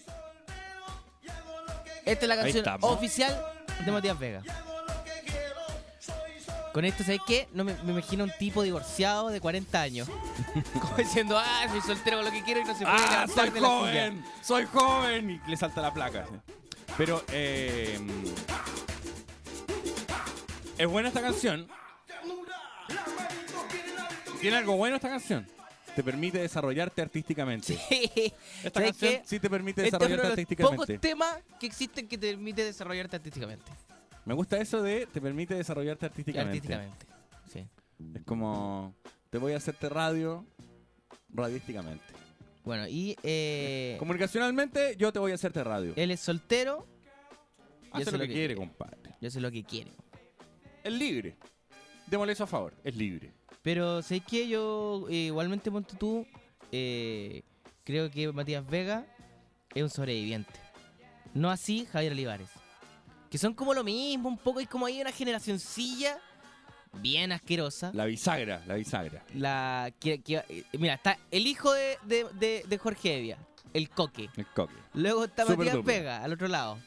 S3: Esta es la
S4: Ahí
S3: canción
S4: estamos.
S3: oficial de Matías Vega. Con esto, ¿sabes qué? No me, me imagino un tipo divorciado de 40
S4: [laughs]
S3: años. Como diciendo, ah, soy soltero con lo que quiero y no se puede
S4: ¡Ah,
S3: levantar
S4: soy
S3: de la silla".
S4: joven! ¡Soy joven! Y le salta la placa. así. Pero, eh, Es buena esta canción. Tiene algo bueno esta canción. Te permite desarrollarte artísticamente. [laughs] Esta
S3: ¿Sabes
S4: canción
S3: qué?
S4: sí te permite
S3: Este es uno de
S4: desarrollarte
S3: los
S4: artísticamente.
S3: pocos temas que existen que te permite desarrollarte artísticamente.
S4: Me gusta eso de te permite desarrollarte artísticamente.
S3: Artísticamente. Sí.
S4: Es como te voy a hacerte radio radísticamente.
S3: Bueno, y eh,
S4: Comunicacionalmente yo te voy a hacerte radio.
S3: él es soltero.
S4: Hace
S3: eso
S4: lo, que, quiere, compadre.
S3: Yo sé lo que quiere.
S4: Es libre. Démosle eso a favor. Es libre.
S3: Pero sé que yo, eh, igualmente, ponte tú, eh, creo que Matías Vega es un sobreviviente. No así Javier Olivares. Que son como lo mismo, un poco, y como hay una generacioncilla bien asquerosa.
S4: La bisagra, la bisagra.
S3: La, que, que- eh, mira, está el hijo de, de- de- de Jorge Evia, el Coque.
S4: El coque.
S3: Luego está
S4: Super
S3: Matías
S4: dupla.
S3: Vega, al otro lado.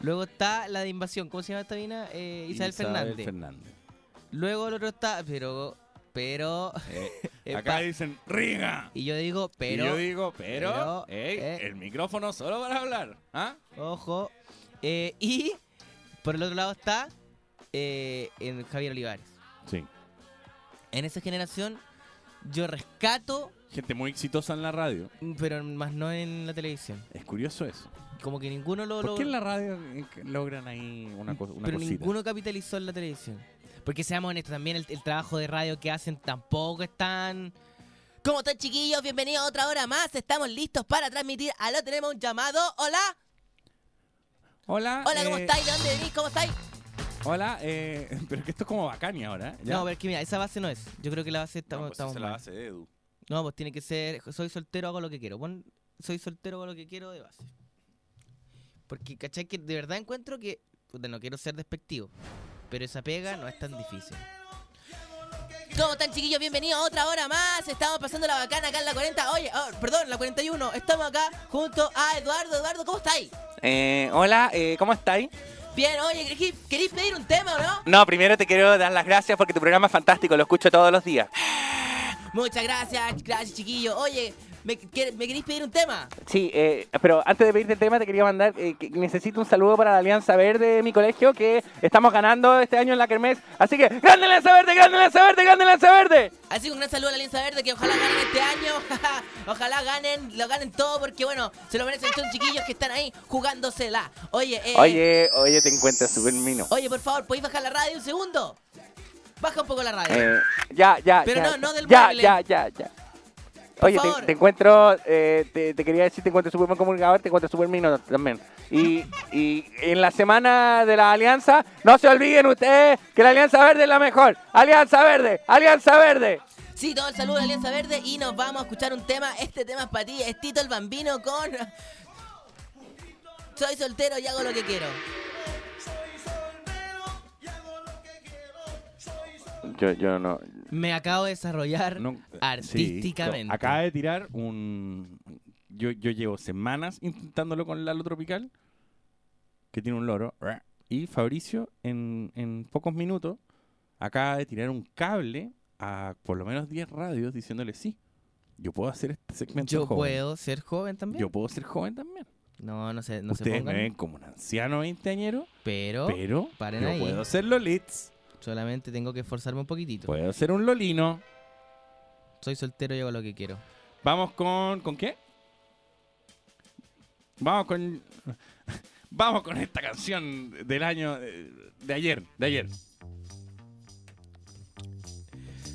S3: Luego está la de Invasión, ¿cómo se llama esta mina? Eh, Isabel, Fernández.
S4: Fernández.
S3: Luego el otro está, pero, pero... [laughs]
S4: Eh, acá
S3: Epa.
S4: dicen ¡Riga!
S3: Y yo digo, pero...
S4: y yo digo,
S3: pero,
S4: pero, ey,
S3: eh.
S4: el micrófono solo para hablar. ¿Ah?
S3: Ojo. Eh, y por el otro lado está eh, en Javier Olivares.
S4: Sí.
S3: En esa generación yo rescato,
S4: Gente muy exitosa en la radio.
S3: pero más no en la televisión.
S4: Es curioso eso.
S3: Como que ninguno lo...
S4: ¿Por
S3: lo-
S4: qué en la radio eh, logran ahí una, cosa una
S3: pero
S4: cosita?
S3: ninguno capitalizó en la televisión. Porque seamos honestos, también el, el trabajo de radio que hacen tampoco es tan... ¿Cómo están chiquillos? Bienvenidos a otra hora más. Estamos listos para transmitir. Aló, tenemos un llamado. Hola.
S4: Hola,
S3: Hola, ¿cómo
S4: eh,
S3: estáis? ¿De dónde venís? ¿Cómo estáis?
S4: Hola, eh, [laughs] pero que esto es como Bacani ahora. ¿eh? ¿Ya?
S3: No, pero es que mira, esa base no es. Yo creo que la base estamos,
S4: No, pues esa
S3: estamos
S4: es
S3: mal.
S4: base de Edu.
S3: No, pues tiene que ser, soy soltero, hago lo que quiero. Pon, soy soltero, hago lo que quiero de base. Porque, ¿cachai? Que de verdad encuentro que, puta, no quiero ser despectivo, pero esa pega no es tan difícil. ¿Cómo están, chiquillos? Bienvenidos a otra hora más. Estamos pasando la bacana acá en la 40. Oye, oh, perdón, la 41. Estamos acá junto a Eduardo. Eduardo, ¿cómo estáis?
S11: Eh, hola, ¿cómo estáis?
S3: Bien, oye, ¿querí- ¿queréis pedir un tema o no?
S11: No, primero te quiero dar las gracias porque tu programa es fantástico, lo escucho todos los días.
S3: Muchas gracias, gracias, chiquillos. Oye, ¿me, quer- ¿me queréis pedir un tema?
S11: Sí, eh, pero antes de pedirte el tema te quería mandar, eh, que necesito un saludo para la Alianza Verde de mi colegio que estamos ganando este año en la Kermés. Así que, ¡grande Alianza Verde, grande Alianza Verde, grande Alianza Verde!
S3: Así que un gran saludo a la Alianza Verde que ojalá ganen este año. [laughs] ojalá ganen, lo ganen todo porque bueno, se lo merecen. Son chiquillos que están ahí jugándosela. Oye, eh,
S11: Oye, oye, te encuentras súper mino.
S3: Oye, por favor, ¿podéis bajar la radio un segundo? Baja un poco la radio.
S11: Eh, ya, ya.
S3: Pero
S11: ya,
S3: no, no del
S11: Ya,
S3: mueble.
S11: ya, ya, ya. Oye, te,
S3: favor.
S11: te encuentro, eh, te, te quería decir, te encuentro súper buen comunicador, te encuentro súper mino también. Y, y en la semana de la Alianza, no se olviden ustedes que la Alianza Verde es la mejor. Alianza Verde, Alianza Verde.
S3: Sí, todo el saludo de Alianza Verde y nos vamos a escuchar un tema. Este tema es para ti, es Tito el Bambino con... Soy soltero y hago lo que quiero.
S11: Yo, yo no.
S3: Me acabo de desarrollar [laughs]
S4: No, eh, sí,
S3: artísticamente.
S4: co- acaba de tirar un. Yo, yo llevo semanas intentándolo con Lalo Tropical, que tiene un loro. Y Fabricio, en, en pocos minutos, acaba de tirar un cable a por lo menos 10 radios diciéndole: Sí, yo puedo hacer este segmento.
S3: Yo
S4: joven.
S3: puedo ser joven también.
S4: Yo ¿eh? puedo ser joven también.
S3: No, no sé, no se
S4: Ustedes me
S3: pongan.
S4: ven como un anciano veinteañero,
S3: Pero,
S4: pero
S3: paren
S4: yo
S3: ahí.
S4: puedo ser Lolits.
S3: Solamente tengo que esforzarme un poquitito.
S4: Puedo ser un Lolino.
S3: Soy soltero y hago lo que quiero.
S4: Vamos con. ¿Con qué? Vamos con. Vamos con esta canción del año. eh, De ayer, de ayer.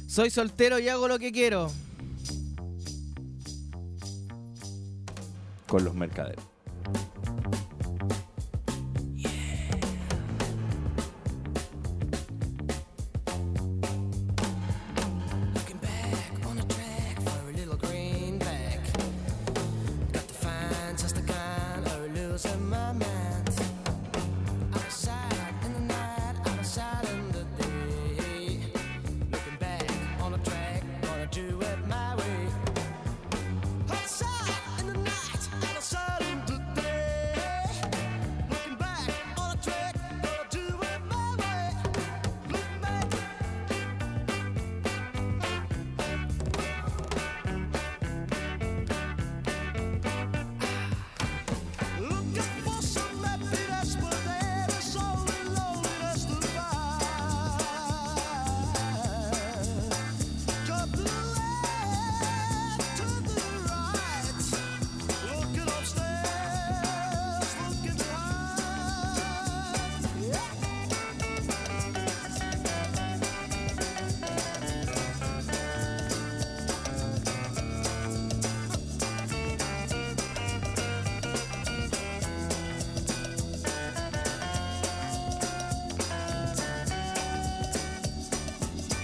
S3: Soy soltero y hago lo que quiero.
S4: Con los mercaderes.
S5: Looking back on the track for a little greenback. Got to find just the kind or losing my mind. Outside in the night, outside in the day. Looking back on the track, gonna do it my way. Outside in the night, outside in the day. Looking back on the track, gonna do it my way. Look back. Looking for some happiness, but there is only loneliness to find. Go to the left, to the right, looking upstairs, looking behind.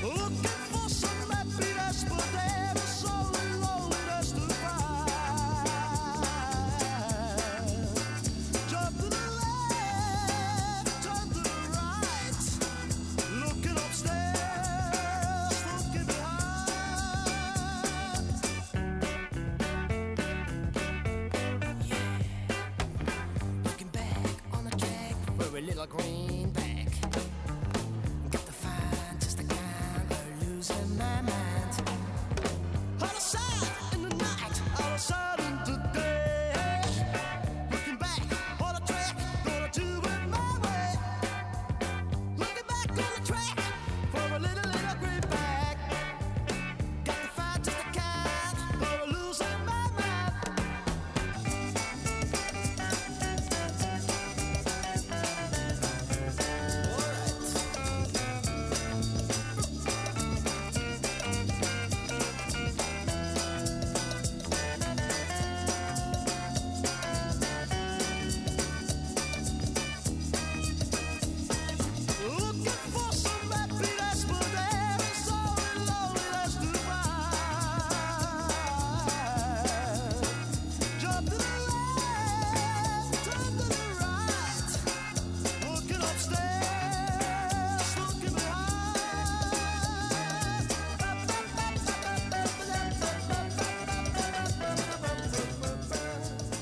S5: Looking for some happiness, but there is only loneliness to find. Turn to the left, turn to the right, looking upstairs, looking behind. Yeah, looking back on the track for a little greenback. Got to find just the kind of losing my mind. Outside in the night, outside in the day. Looking back on the track, gonna do it my way. Looking back on the track for a little, little green bag. Got to find just the kind of losing my mind. Looking for some happiness, but there is only loneliness to find. Turn to the left, turn to the right, looking upstairs, looking behind.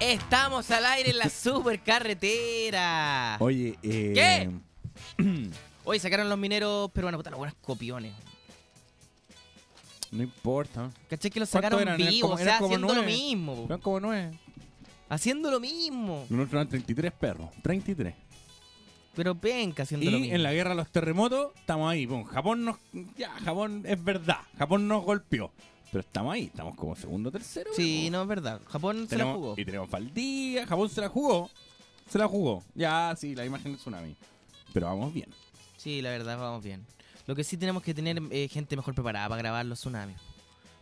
S3: Estamos al aire en la supercarretera.
S4: Oye, eh,
S3: ¿Qué? Hoy sacaron los mineros peruanos, puta, los buenos copiones.
S4: No importa.
S3: ¿Cachai que los
S4: ¿Cuántos
S3: sacaron
S4: eran? Eran
S3: vivos?
S4: como-
S3: o sea,
S4: eran como
S3: haciendo lo
S4: nueve.
S3: mismo.
S4: Eran como nueve.
S3: Haciendo lo mismo.
S4: Nosotros eran 33 perros. 33.
S3: Pero penca haciendo lo
S4: Y
S3: mismo.
S4: en la guerra a los terremotos estamos ahí. Pum, Japón nos. Ya, Japón es verdad. Japón nos golpeó. Pero estamos ahí. Estamos como segundo tercero.
S3: Sí, no, es verdad. Japón se la
S4: Tenemos-
S3: jugó.
S4: Y tenemos Faldía. Japón se la jugó. Se la jugó. Ya, sí, la imagen del tsunami. Pero vamos bien.
S3: Sí, la verdad, vamos bien. Lo que sí tenemos que tener eh, gente mejor preparada para grabar los tsunamis.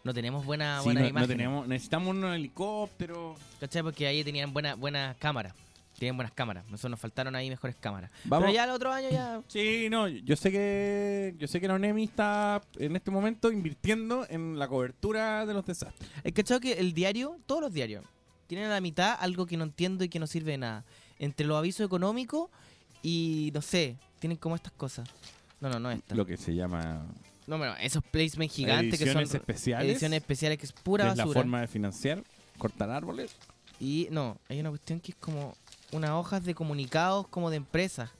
S3: No tenemos buena, Ah,
S4: Sí,
S3: buena
S4: no- no
S3: imagen.
S4: tenemos- necesitamos un helicóptero.
S3: ¿Cachai? Porque ahí tenían buena- buenas cámaras. Tienen buenas cámaras. Nosotros nos faltaron ahí mejores cámaras. Pero ya el otro año
S4: [coughs]
S3: ya.
S4: Sí, no, yo sé que yo sé que la UNEMI está en este momento invirtiendo en la cobertura de los desastres.
S3: He cachado que el diario, todos los diarios, tienen a la mitad algo que no entiendo y que no sirve de nada. Entre los avisos económicos y no sé, tienen como estas cosas. No, no, no esta.
S4: Lo que se llama
S3: No, bueno, esos placements gigantes que son.
S4: Ediciones especiales.
S3: Ediciones especiales que es pura
S4: que es
S3: basura.
S4: la forma de financiar cortar árboles.
S3: Y no, hay una cuestión que es como unas hojas de comunicados como de empresas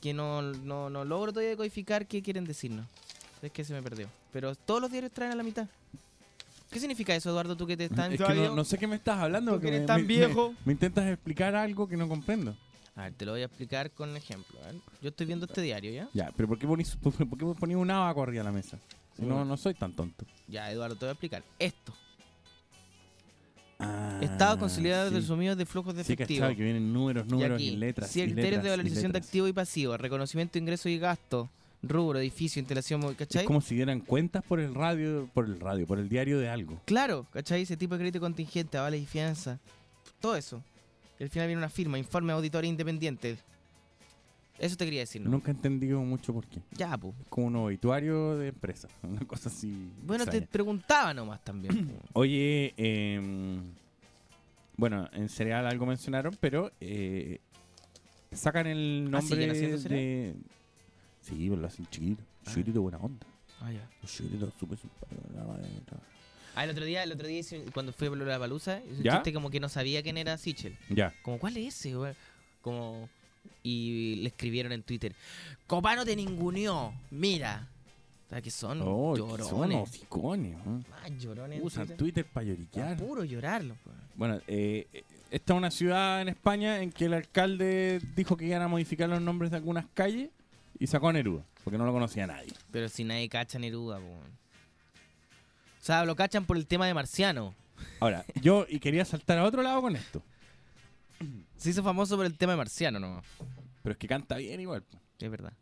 S3: que no, no, no logro todavía decodificar qué quieren decirnos. Es que se me perdió. Pero todos los diarios traen a la mitad. ¿Qué significa eso, Eduardo? Tú que te estás
S4: Es que no, no sé qué me estás hablando
S3: Tú
S4: porque
S3: que eres
S4: me,
S3: tan
S4: me-
S3: viejo.
S4: me- me intentas explicar algo que no comprendo.
S3: A ver, te lo voy a explicar con un ejemplo. a ver. Yo estoy viendo este diario, ¿ya?
S4: Ya, pero ¿por qué ponís, [laughs] por, por qué ponís un abaco arriba de la mesa? Si no,
S3: Bueno.
S4: no soy tan tonto.
S3: Ya, Eduardo, te voy a explicar. Esto. Estado consolidado
S4: Ah, sí.
S3: de sumidos de flujos de
S4: Sí,
S3: efectivo.
S4: cachado, que vienen números,
S3: Y
S4: números
S3: aquí,
S4: y letras. y
S3: Criterios
S4: letras,
S3: de
S4: y
S3: valorización de
S4: letras.
S3: activo y pasivo, reconocimiento de ingresos y gastos, rubro, edificio, instalación, móvil, ¿cachai?
S4: Es como si dieran cuentas por el radio, por el radio, por el diario de algo.
S3: Claro, ¿cachai? Ese tipo de crédito contingente, avales y fianza. Todo eso. Y al final viene una firma, informe de auditoría independiente. Eso te quería decir, ¿no?
S4: Nunca he entendido mucho por qué.
S3: Ya, pu.
S4: Es como un obituario de empresa, [laughs] una cosa así.
S3: Bueno, te
S4: extraña.
S3: preguntaba nomás
S4: [clears throat]
S3: también. pu.
S4: Oye, eh, bueno, en cereal algo mencionaron, pero eh, sacan el
S3: ¿Ah,
S4: nombre
S3: siguen haciendo
S4: de. Sí, pero lo hacen chiquito. Chiquito, buena onda.
S3: Ah, ya.
S4: Chiquito, súper, súper.
S3: Ah, el otro día, el otro día hice- cuando fui a la palusa, hice un
S4: ¿Ya?
S3: chiste como que no sabía quién era Sichel.
S4: Ya.
S3: Como, ¿cuál es ese? güey? Como, y le escribieron en Twitter, Copano te ninguneó, mira. ¿Sabes qué son?
S4: Oh,
S3: llorones.
S4: son hocicones. ¿eh?
S3: Más llorones. en
S4: Usan Twitter para lloriquear.
S3: Puro llorarlo. pues.
S4: Bueno, eh, eh, esta es una ciudad en España en que el alcalde dijo que iban a modificar los nombres de algunas calles y sacó a Neruda, porque no lo conocía nadie.
S3: Pero si nadie cacha Neruda, po. O sea, lo cachan por el tema de Marciano.
S4: Ahora, yo y quería saltar a otro lado con esto,
S3: Se hizo famoso por el tema de Marciano nomás.
S4: pero es que canta bien igual. po.
S3: Es verdad.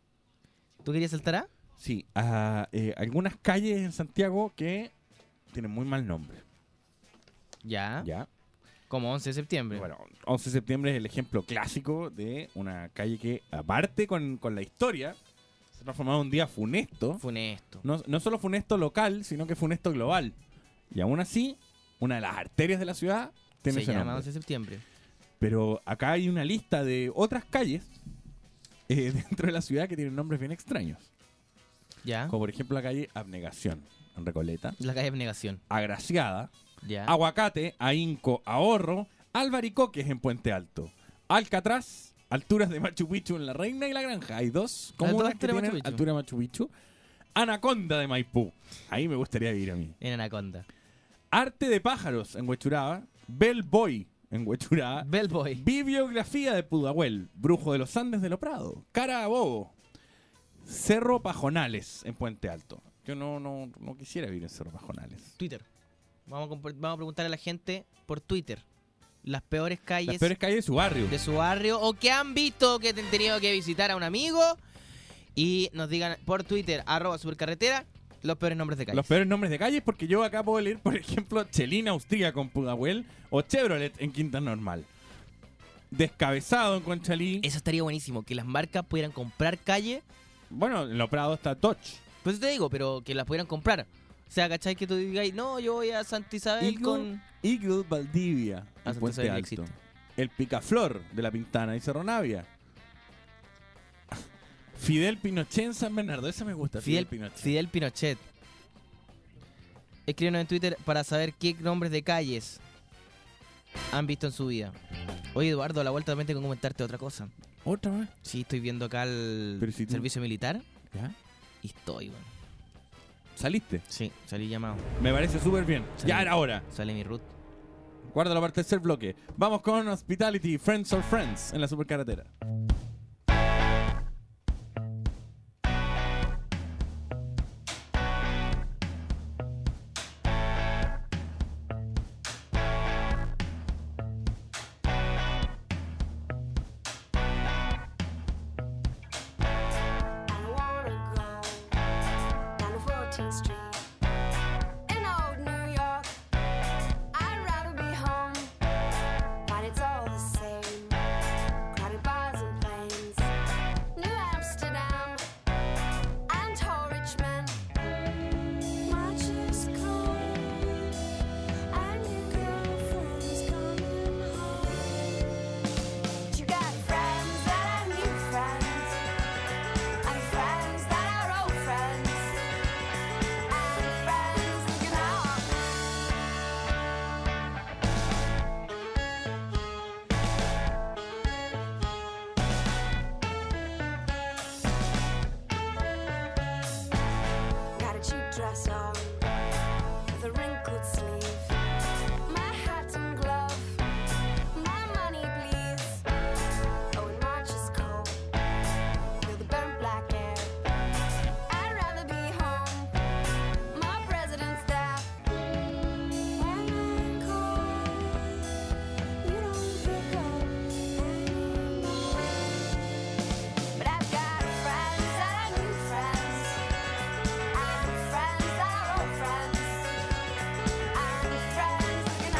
S3: ¿Tú querías saltar a?
S4: Sí, a eh, algunas calles en Santiago que tienen muy mal nombre.
S3: Ya.
S4: Ya.
S3: Como 11 de septiembre.
S4: Bueno, 11 de septiembre es el ejemplo clásico de una calle que, aparte con, con la historia, se ha transformado en un día funesto.
S3: Funesto.
S4: No, no solo funesto local, sino que funesto global. Y aún así, una de las arterias de la ciudad tiene
S3: Se
S4: ese
S3: llama
S4: nombre.
S3: 11 de septiembre.
S4: Pero acá hay una lista de otras calles eh, [laughs] dentro de la ciudad que tienen nombres bien extraños.
S3: Ya.
S4: Como por ejemplo la calle Abnegación, en Recoleta.
S3: La calle Abnegación.
S4: Agraciada.
S3: Ya.
S4: Ah, Aguacate, Ahínco, Ahorro. Albaricoques en Puente Alto. Alcatraz, alturas de Machu Picchu en La Reina y La Granja. Hay dos
S3: dos alturas
S4: comunas que
S3: de
S4: tienen
S3: Machu Picchu.
S4: altura de Machu Picchu. Anaconda de Maipú. Ahí me gustaría vivir a mí.
S3: En Anaconda.
S4: Arte de pájaros en Huechuraba. Bellboy en Huechuraba.
S3: Bellboy.
S4: Bibliografía de Pudahuel. Brujo de los Andes de Lo Prado. Cara a Bobo. Cerro Pajonales en Puente Alto. Yo no, no, no quisiera vivir en Cerro Pajonales.
S3: Twitter. Vamos a, compor- vamos a preguntar a la gente por Twitter. Las peores calles.
S4: Las peores calles de su barrio.
S3: de su barrio o que han visto que han tenido que visitar a un amigo y nos digan por Twitter, arroba supercarretera, los peores nombres de calles.
S4: Los peores nombres de calles, porque yo acá puedo leer, por ejemplo, Chelina Austríaca en Pudahuel o Chevrolet en Quinta Normal. Descabezado en Conchalí.
S3: Eso estaría buenísimo, que las marcas pudieran comprar calle.
S4: Bueno, en Lo Prado está Touch.
S3: Pues te digo, pero que las pudieran comprar. O sea, ¿cachai? Que tú digas, no, yo voy a Santa Isabel
S4: Eagle,
S3: con...
S4: Eagle Valdivia.
S3: Ah,
S4: en
S3: Santa
S4: Puente
S3: Isabel no
S4: Alto.
S3: existe.
S4: El Picaflor de la Pintana y Cerro Navia. Fidel Pinochet en San Bernardo. Esa me gusta.
S3: Fidel,
S4: Fidel, Pinochet.
S3: Fidel Pinochet. Escríbenos en Twitter para saber qué nombres de calles han visto en su vida. Oye, Eduardo, a la vuelta también tengo que comentarte otra cosa.
S4: ¿Otra vez?
S3: Sí, estoy viendo acá el
S4: Pero si tú-
S3: servicio militar
S4: ¿Ya?
S3: y estoy, bueno.
S4: ¿Saliste?
S3: Sí, salí llamado.
S4: Me parece súper bien. Ya era hora.
S3: Sale mi root.
S4: Guárdalo para el tercer bloque. Vamos con Hospitality, Friends or Friends en la supercarretera.
S12: 14th Street in old New York. I'd rather be home, but it's all the same. Crowded bars and planes, New Amsterdam, and tall rich men. March is cold, and your girlfriend's coming home. You got friends that are new friends, and friends that are old friends, and friends you know. Got a cheap dress on with a wrinkled sleeve. My hat and glove. My money, please. Oh, and March is cold with the burnt black hair. I'd rather be home. My president's there. When I'm cold, you don't pick up anymore. But I've got friends that are new friends. I'm friends that are old friends. I'm friends looking up.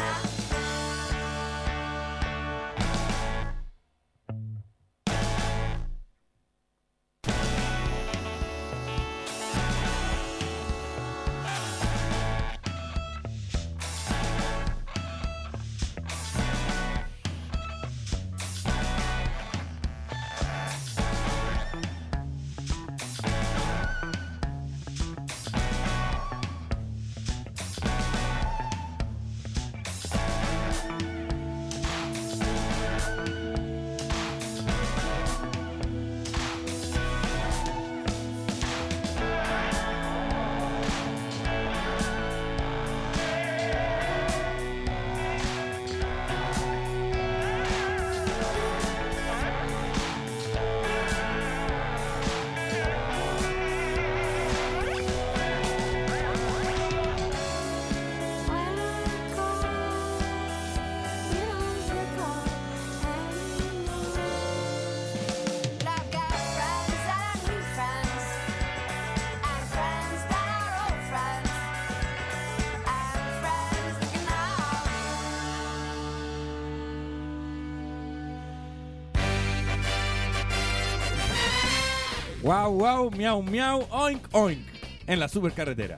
S4: Wow, wow, miau, miau, oink, oink. En la supercarretera.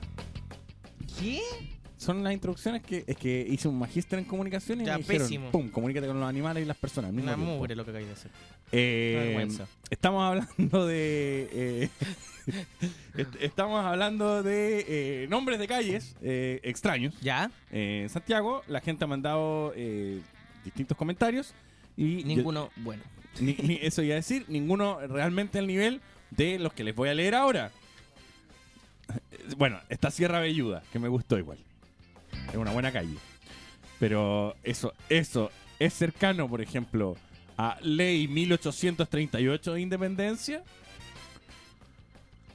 S3: ¿Qué?
S4: Son las introducciones que es que hice un magíster en comunicación y
S3: Ya,
S4: me dijeron,
S3: pésimo.
S4: pum, comunícate con los animales y las personas. al mismo
S3: Una
S4: tiempo.
S3: mugre lo que acabáis de hacer.
S4: Eh,
S3: Una vergüenza.
S4: estamos hablando de. eh, [laughs] est- estamos hablando de eh, nombres de calles eh, extraños.
S3: Ya.
S4: eh, en Santiago, la gente ha mandado eh, distintos comentarios y.
S3: Ninguno bueno.
S4: [laughs] Ni- ni- eso iba a decir, ninguno realmente al nivel de los que les voy a leer ahora. Bueno, está Sierra Belluda, que me gustó igual. Es una buena calle. Pero eso, eso es cercano, por ejemplo, a Ley 1838 de Independencia.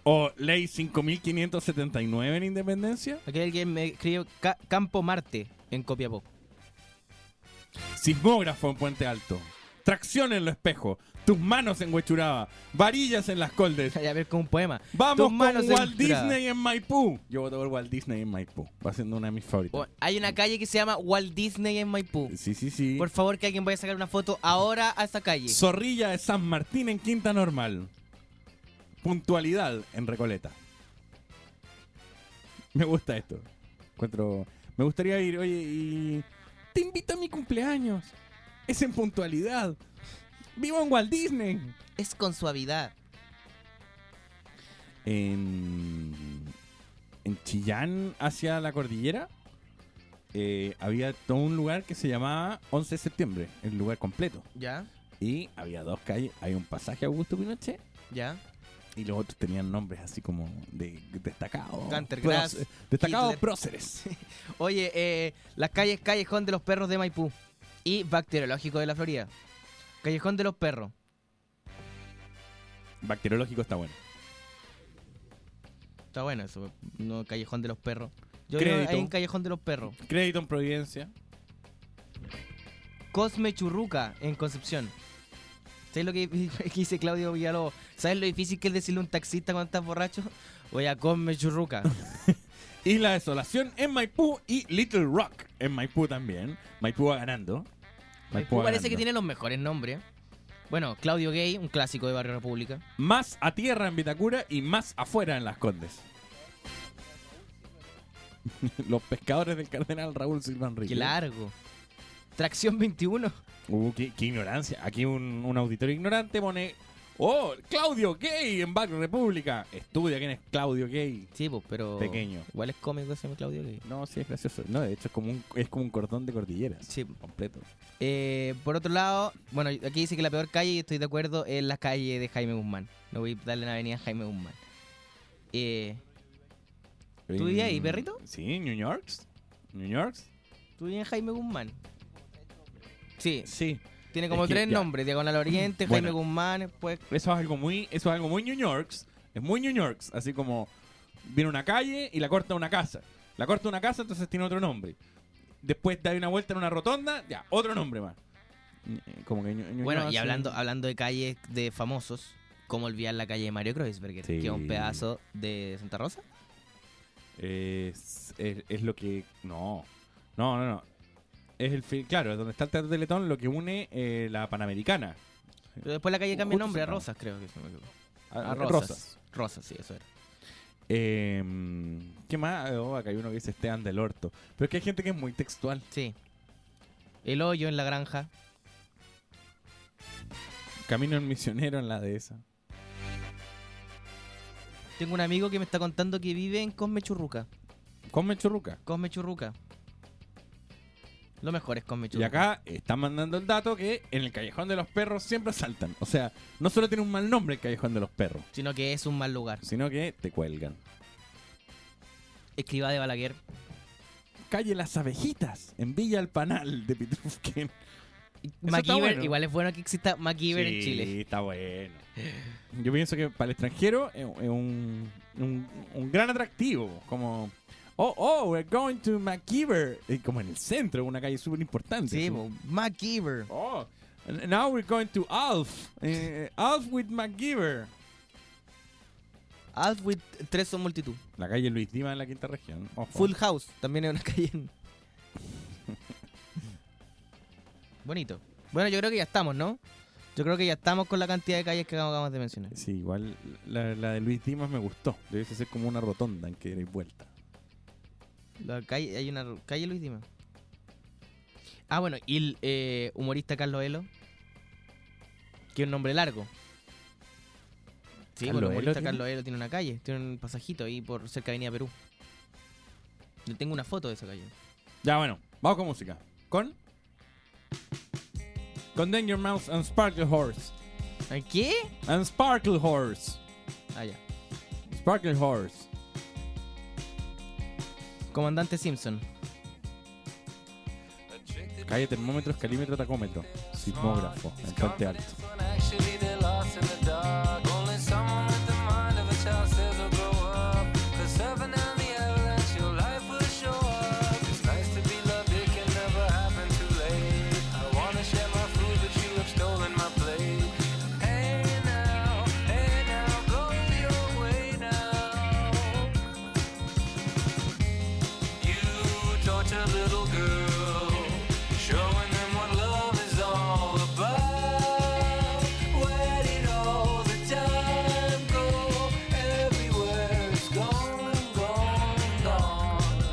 S4: O Ley 5579 en Independencia.
S3: Aquí alguien me escribió Ca- Campo Marte en Copiapó.
S4: Sismógrafo en Puente Alto. Tracción en lo espejo. Tus manos en Huechuraba. Varillas en las coldes.
S3: [laughs] Ya ver con un poema. Tus
S4: Vamos con
S3: manos en
S4: Walt
S3: Huechuraba.
S4: Disney en Maipú. Yo voto por Walt Disney en Maipú. Va siendo una de mis favoritas.
S3: Bueno, hay una calle que se llama Walt Disney en Maipú.
S4: Sí, sí, sí.
S3: Por favor, que alguien vaya a sacar una foto ahora a esa calle.
S4: Zorrilla de San Martín en Quinta Normal. Puntualidad en Recoleta. Me gusta esto. Encuentro. Me gustaría ir, oye, y. Te invito a mi cumpleaños. Es en puntualidad. Vivo en Walt Disney.
S3: Es con suavidad.
S4: en, en Chillán hacia la cordillera eh, había todo un lugar que se llamaba 11 de septiembre, el lugar completo.
S3: Ya,
S4: Y había dos calles, había un pasaje Augusto Pinochet
S3: ya.
S4: y los otros tenían nombres así como de destacados.
S3: Cantergrass,
S4: Próce- Destacados
S3: Hitler.
S4: próceres.
S3: Oye, eh, las calles Callejón de los Perros de Maipú y Bacteriológico de la Florida. Callejón de los Perros.
S4: [laughs] Bacteriológico está bueno.
S3: Está bueno eso. No, Callejón de los Perros. Yo
S4: Crédito.
S3: creo hay un Callejón de los Perros.
S4: Crédito en Providencia.
S3: Cosme Churruca en Concepción. ¿Sabes lo que, [laughs] que dice Claudio Villalobos? ¿Sabes lo difícil que es decirle a un taxista cuando estás borracho? Voy a comer churruca.
S4: Isla Desolación en Maipú y Little Rock en Maipú también. Maipú va ganando.
S3: Maipú
S4: va
S3: parece
S4: ganando.
S3: que tiene los mejores nombres. Bueno, Claudio Gay, un clásico de Barrio República.
S4: Más a tierra en Vitacura y más afuera en Las Condes. [laughs] Los pescadores del Cardenal Raúl Silva Enrique.
S3: Qué largo. Tracción 21.
S4: Uh, qué, qué ignorancia. Aquí un, un auditor ignorante pone. ¡Oh! Claudio Gay en Barrio República. Estudia quién es Claudio Gay.
S3: Sí, pues, pero.
S4: Pequeño.
S3: Igual es cómico ese Claudio Gay.
S4: No, sí, es gracioso. No, de hecho es como un, es como un cordón de cordilleras.
S3: Sí. pues.
S4: Completo.
S3: Eh, por otro lado, bueno, aquí dice que la peor calle, y estoy de acuerdo, es la calle de Jaime Guzmán. No voy a darle la avenida a Jaime Guzmán. Eh, ¿Tú vivías ahí,
S4: Mm,
S3: perrito?
S4: Sí, New Yorks. New Yorks.
S3: ¿Tú vivías en Jaime Guzmán? Sí.
S4: Sí.
S3: Tiene como
S4: Es que
S3: tres
S4: ya.
S3: nombres: Diagonal Oriente,
S4: Bueno.
S3: Jaime Guzmán, pues, después.
S4: Eso es algo muy, eso es algo muy New Yorks. Es muy New Yorks. Así como viene una calle y la corta una casa. La corta una casa, entonces tiene otro nombre. Después da una vuelta en una rotonda, ya, otro nombre más. Eh, Como que Ñu- Ñu-
S3: Bueno,
S4: Ñuñoa
S3: y
S4: hace-
S3: hablando, hablando de calles de famosos, ¿cómo olvidar la calle de Mario Kreuzberger?
S4: Sí.
S3: Que es un pedazo de Santa Rosa.
S4: Eh, Es, es- es lo que. No. No, no, no. Es el fi- Claro, es donde está el Teatro Teletón, lo que une eh, la Panamericana.
S3: Pero después la calle cambia el
S4: Justo
S3: nombre a
S4: cerrado.
S3: Rosas, creo que se me equivoco.
S4: A-
S3: A Rosas.
S4: Rosas.
S3: Rosas. sí, eso era.
S4: Eh, ¿Qué más? Oh, acá hay uno que dice Esteban del Orto. Pero es que hay gente que es muy textual.
S3: Sí. El hoyo en la granja.
S4: Camino en misionero en la dehesa.
S3: Tengo un amigo que me está contando que vive en Cosme Churruca.
S4: Come churruca.
S3: Cosme Churruca. Lo mejor es Cosme
S4: Y
S3: Churruca.
S4: acá están mandando el dato que en el Callejón de los Perros siempre saltan. O sea, no solo tiene un mal nombre el Callejón de los Perros,
S3: Sino que es un mal lugar.
S4: sino que te cuelgan.
S3: Escriba de Balaguer.
S4: Calle Las Abejitas, en Villa El Panal
S3: [laughs]
S4: de Pitrufquén. Eso está
S3: MacGyver,
S4: bueno.
S3: igual es bueno que exista MacGyver en
S4: Sí,
S3: Chile.
S4: está bueno. Yo pienso que para el extranjero es es un, un- un gran atractivo. Como, oh, oh, we're going to McKeever. Eh, Como en el centro, una calle súper importante.
S3: Sí,
S4: así.
S3: po, MacGyver.
S4: Oh, and now we're going to Alf. Eh, Alf with McGeever.
S3: Alf with tres son multitud.
S4: La calle Luis Dimas en la quinta región. Ojo.
S3: Full House, también es una
S4: [laughs]
S3: calle. en- Bonito. Bueno, yo creo que ya estamos, ¿no? Yo creo que ya estamos con la cantidad de calles que acabamos de mencionar.
S4: Sí, igual la, la de Luis Dimas me gustó. Debiese ser como una rotonda en que deis vuelta.
S3: La calle, hay una ru- calle Luis Dima. Ah, bueno, y el eh, humorista Carlos Elo. Que es un nombre largo. Sí,
S4: ¿Carlos
S3: bueno, el
S4: Elo
S3: humorista
S4: tiene?
S3: Carlos Elo tiene una calle, tiene un pasajito ahí por cerca de Avenida Perú. Yo tengo una foto de esa calle.
S4: Ya, bueno, vamos con música. Con. Con Danger Mouse and Sparkle Horse.
S3: ¿Qué?
S4: And Sparkle Horse.
S3: Ah, ya.
S4: Sparkle Horse.
S3: Comandante Simpson.
S4: Calle termómetros, calímetro, tacómetro. Sismógrafo. En Puente Alto.
S10: Actually, they're lost in the dark. Only someone with the mind of a child says will grow up. The servant and the avalanche, your life will show up. It's nice to be loved, it can never happen too late. I wanna share my food, but you have stolen my plate. Hey now, hey now, go your way now. You torture little girl, showing them what love is all about. Where did all the time go? Everywhere it's gone and gone and gone.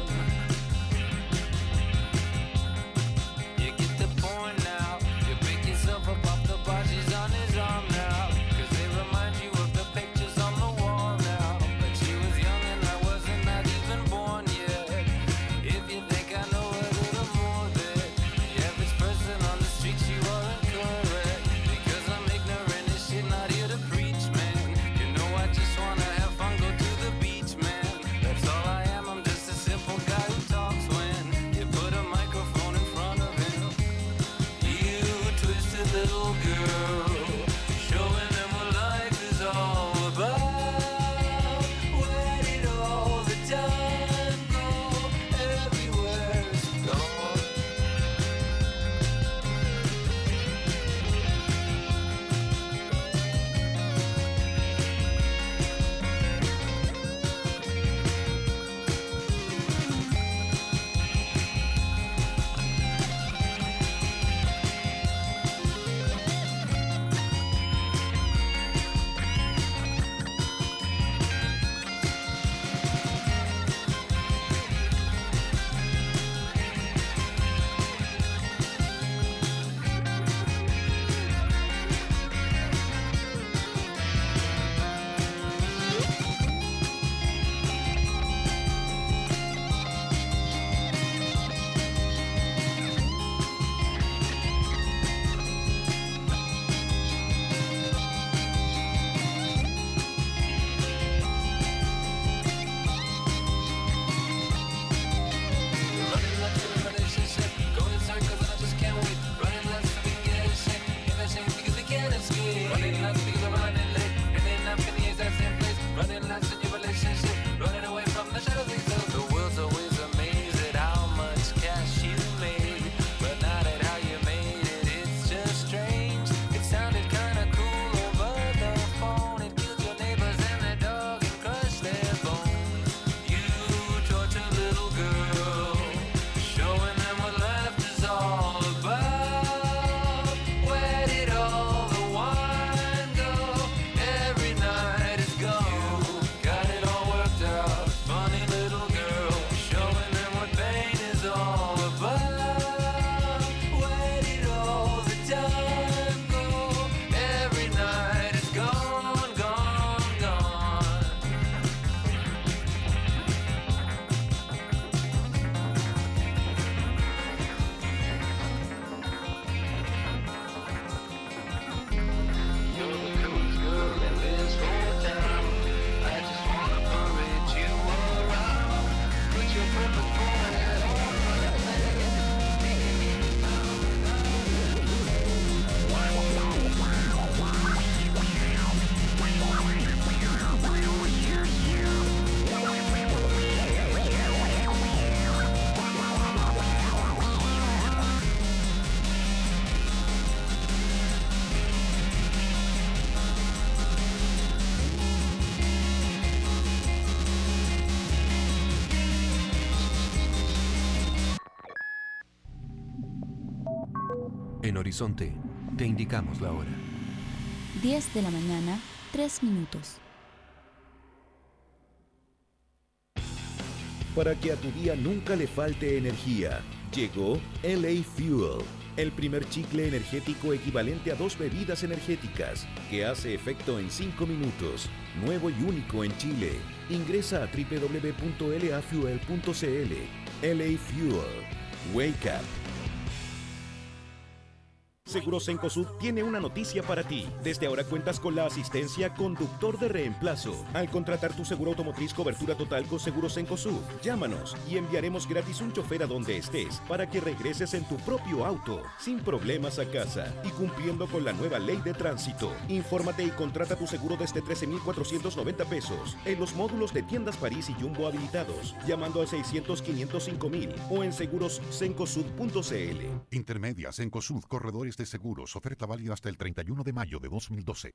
S10: You get the point now. You pick yourself up off the bar. She's on his arm now. Cause they remind you of the pictures on the wall now. But she was young and I wasn't not even born yet. If you think I know a little more than the average person on the street, you are incorrect. Because I'm ignorant as shit, not here to preach, man. You know I just wanna have fun, go to the beach, man. That's all I am, I'm just a simple guy who talks when you put a microphone in front of him. You twisted little girl, showing them what life is all about. Where did all the time go? Everywhere it's gone.
S13: En Horizonte, te indicamos la hora.
S14: 10 de la mañana, 3 minutos.
S2: Para que a tu día nunca le falte energía, llegó LA Fuel, el primer chicle energético equivalente a dos bebidas energéticas que hace efecto en 5 minutos, nuevo y único en Chile. Ingresa a www.lafuel.cl. LA Fuel, Wake Up.
S15: Seguros Encosud tiene una noticia para ti. Desde ahora cuentas con la asistencia conductor de reemplazo. Al contratar tu seguro automotriz cobertura total con Seguros Encosud, llámanos y enviaremos gratis un chofer a donde estés para que regreses en tu propio auto, sin problemas a casa y cumpliendo con la nueva ley de tránsito. Infórmate y contrata tu seguro desde 13,490 pesos en los módulos de tiendas París y Jumbo habilitados, llamando al 600-505,000 o en segurosencosud.cl.
S16: Intermedias en COSUD, corredores de seguros, oferta válida hasta el 31 de mayo de 2012.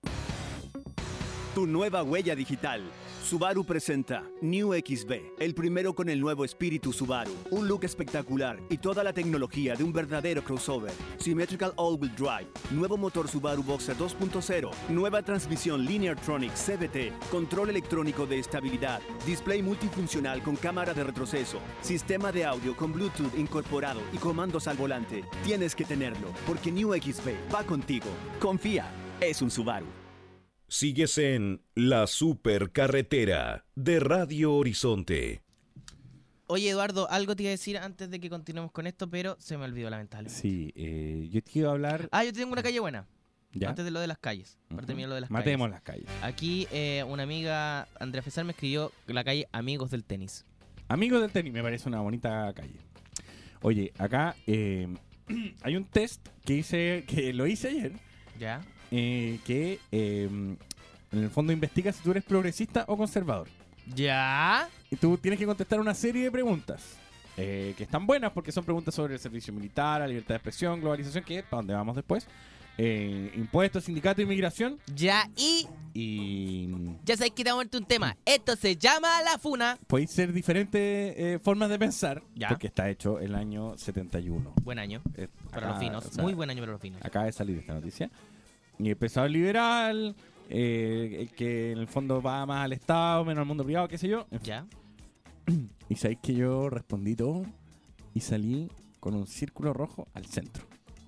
S6: Tu nueva huella digital. Subaru presenta New XB, el primero con el nuevo espíritu Subaru. Un look espectacular y toda la tecnología de un verdadero crossover. Symmetrical All-Wheel Drive, nuevo motor Subaru Boxer 2.0, nueva transmisión Linear Tronic CBT, control electrónico de estabilidad, display multifuncional con cámara de retroceso, sistema de audio con Bluetooth incorporado y comandos al volante. Tienes que tenerlo, porque New XB va contigo. Confía, es un Subaru.
S2: Sigues en La Supercarretera de Radio Horizonte.
S3: Oye, Eduardo, algo te iba a decir antes de que continuemos con esto, pero se me olvidó lamentablemente.
S4: Sí, eh, yo quiero hablar.
S3: Ah, yo tengo una calle buena.
S4: ¿Ya?
S3: Antes de lo de las calles. Para
S4: Ujú.
S3: terminar lo de las
S4: Matemos
S3: calles.
S4: las calles.
S3: Aquí eh, una amiga, Andrea Fesar, me escribió la calle Amigos del Tenis.
S4: Amigos del tenis, me parece una bonita calle. Oye, acá eh, [clears throat] hay un test que hice, que lo hice ayer,
S3: ¿Ya?
S4: eh, que eh, en el fondo investiga si tú eres progresista o conservador.
S3: ¿Ya?
S4: Y tú tienes que contestar una serie de preguntas. eh, que están buenas porque son preguntas sobre el servicio militar, la libertad de expresión, globalización, que es para donde vamos después. eh, impuestos, sindicato, inmigración.
S3: Ya, y
S4: Y
S3: ya sabéis que te vamos a un tema. Esto se llama La Funa.
S4: podéis ser diferentes eh, formas de pensar.
S3: Ya.
S4: Porque está hecho el año 71.
S3: Buen año.
S4: Eh,
S3: Para
S4: acá,
S3: los finos.
S4: o sea,
S3: Muy buen año para los finos.
S4: Acaba de salir esta noticia. Y el pesado liberal, eh, el que en el fondo va más al Estado, menos al mundo privado, qué sé yo.
S3: Ya.
S4: Y sabéis que yo respondí todo y salí con un círculo rojo al centro.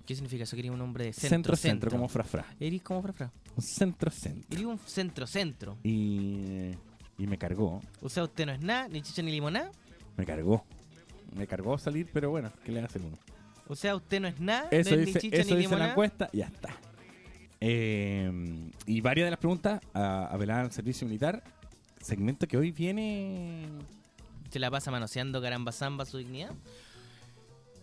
S3: ¿Qué significa eso? Quería un hombre de centro.
S4: Centro, centro, como frafra.
S3: Eres como frafra.
S4: Un centro, centro.
S3: Eres un centro-centro.
S4: Y, y me cargó,
S3: O sea, usted no es nada, ni chicha ni limonada.
S4: me cargó. Me cargó salir, pero bueno, ¿qué le hace uno?
S3: O sea, usted no es nada,
S4: Eso
S3: no es
S4: dice,
S3: ni chicha
S4: eso
S3: ni
S4: dice la
S3: limonada.
S4: encuesta, ya está. Eh, y varias de las preguntas ah, apelaban al servicio militar, segmento que hoy viene...
S3: Se la pasa manoseando caramba samba su dignidad.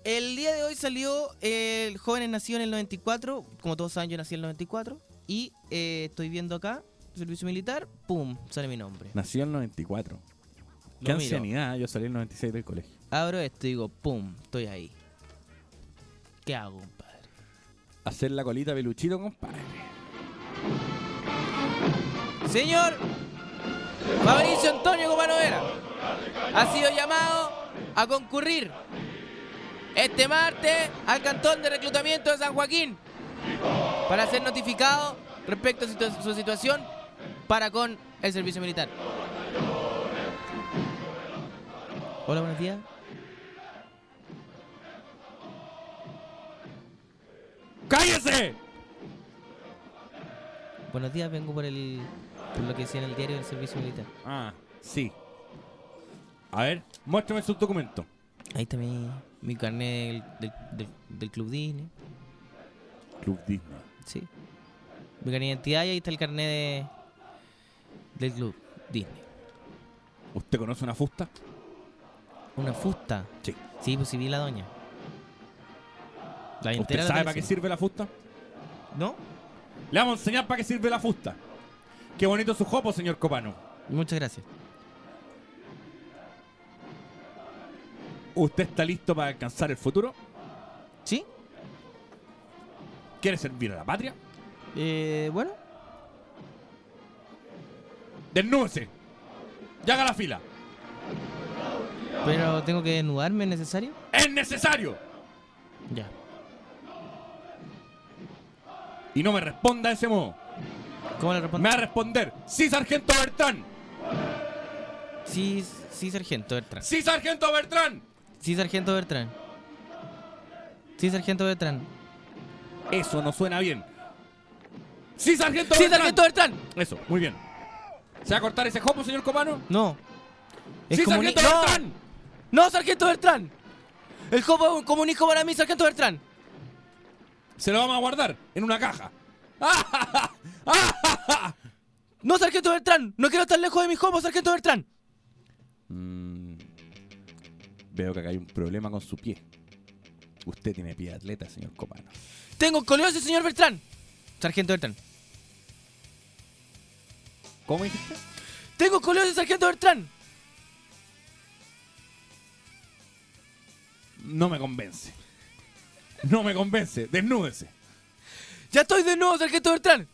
S3: El día de hoy salió eh, el Jóvenes Nacido en el 94. Como todos saben, yo nací en el 94. Y eh, estoy viendo acá, servicio militar, pum, sale mi nombre.
S4: Nació en el 94. Qué
S3: Lo miro.
S4: ancianidad, yo salí en el 96 del colegio.
S3: Abro esto y digo, pum, estoy ahí. ¿Qué hago, compadre?
S4: Hacer la colita peluchito, compadre.
S3: Señor Fabricio Antonio Copanovera ha sido llamado a concurrir este martes al cantón de reclutamiento de San Joaquín para ser notificado respecto a situ- su situación para con el servicio militar. Hola, buenos días.
S4: ¡Cállese!
S3: Buenos días, vengo por el por lo que decía en el diario del servicio militar.
S4: Ah, sí. A ver, muéstrame su documento.
S3: Ahí está mi, mi carnet del, del- del- del Club Disney.
S4: Club Disney.
S3: Sí. Mi carnet de identidad y ahí está el carnet de- del club Disney.
S4: ¿Usted conoce una fusta?
S3: Una fusta.
S4: Sí.
S3: Sí, pues sí vi la doña. La
S4: ¿Usted
S3: entera la
S4: sabe para qué
S3: parecía.
S4: sirve la fusta?
S3: ¿No?
S4: Le vamos a enseñar para qué sirve la fusta. Qué bonito su jopo, señor Copano.
S3: Muchas gracias.
S4: ¿Usted está listo para alcanzar el futuro?
S3: Sí.
S4: ¿Quiere servir a la patria?
S3: Eh, bueno.
S4: Desnúdese. Y haga la fila.
S3: Pero tengo que desnudarme, ¿es necesario?
S4: ¡Es necesario!
S3: Ya.
S4: Y no me responda de ese modo.
S3: ¿Cómo le responde?
S4: Me va a responder, sí, sargento Bertrán.
S3: Sí, sí, sargento Bertrán.
S4: Sí, sargento Bertrán.
S3: Sí, sargento Bertrán. Sí, sargento Bertrán.
S4: Eso no suena bien. Sí, sargento
S3: Sí,
S4: Bertrán.
S3: sargento Bertrán.
S4: Eso, muy bien. ¿Se va a cortar ese jopo, señor Copano?
S3: No. Es
S4: sí,
S3: comuni-
S4: sargento
S3: ¡No!
S4: Bertrán.
S3: ¡No, sargento Bertrán! El copo es un comunico para mí, sargento Bertrán.
S4: Se lo vamos a guardar en una caja.
S3: [laughs] ¡No, sargento Bertrán! ¡No quiero estar lejos de mi copo, sargento Bertrán!
S4: Mm, Veo que acá hay un problema con su pie. Usted tiene pie de atleta, señor Copano.
S3: Tengo coliosis, señor Bertrán. Sargento Bertrán.
S4: ¿Cómo dijiste?
S3: Tengo coliosis, sargento Bertrán.
S4: No me convence. No me convence. Desnúdese.
S3: Ya estoy de nuevo, sargento Bertrán.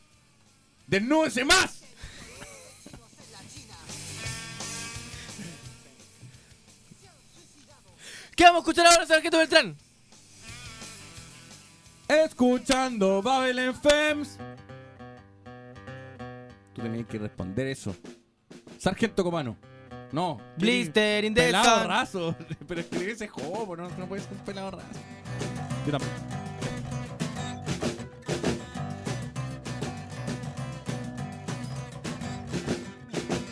S4: Desnúdese más.
S3: ¿Qué vamos a escuchar ahora, sargento Beltrán?
S4: Escuchando Babel en Fems. Tú tenías que responder eso. Sargento Comano. No.
S3: Blister in the
S4: Pelado
S3: sun.
S4: raso. [laughs] Pero escribe ese juego, no, no puedes ser un pelado raso. Yo tampoco.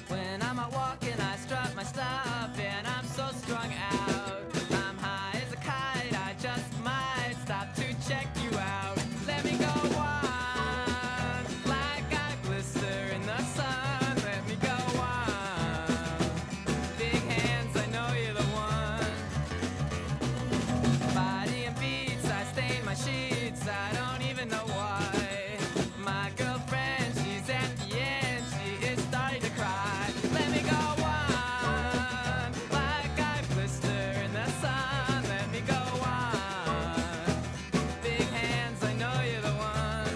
S17: When I'm out walking, I strut my stuff, and I'm so strung out. I'm high as a kite, I just might stop to check you out. Let me go on, like I glister in the sun. Let me go on. Big hands, I know you're the one. Body and beats, I stain my sheets, I don't even know why. My girlfriend, she's at the end, she is starting to cry. Let me go on, like I blister in the sun. Let me go on, big hands, I know you're the one.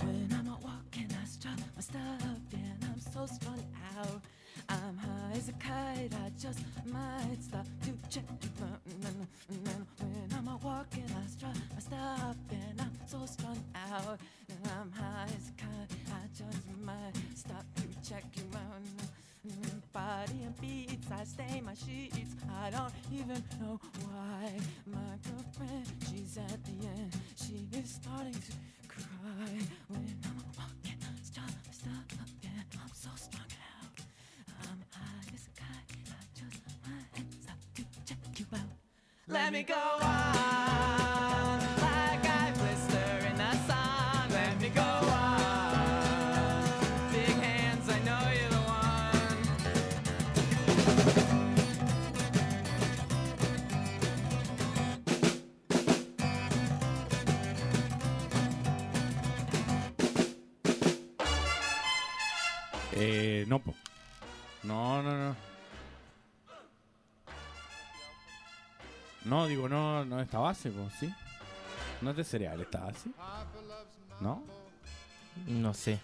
S17: When I'm out walking, I strut my stuff, and I'm so strung out. I'm high as a kite, I just might stop to check you out. When I'm out walking, I strut my stuff, and I'm so strung out. And I'm high as a kite, I just might stop to check you out. Body and beats, I stain my sheets. I don't even know why. My girlfriend, she's at the end. She is starting to cry when I'm walking. Stop, stop, again. I'm so strung out. I'm high as a kite. I just might stop to check you out. Let me go on like I blister in the sun. Let me go on. Big hands, I know you're the one.
S4: Eh, no, po. No, no, no. No, digo, no, no, esta base, po, ¿sí? No es de cereal esta base. ¿No?
S3: No sé.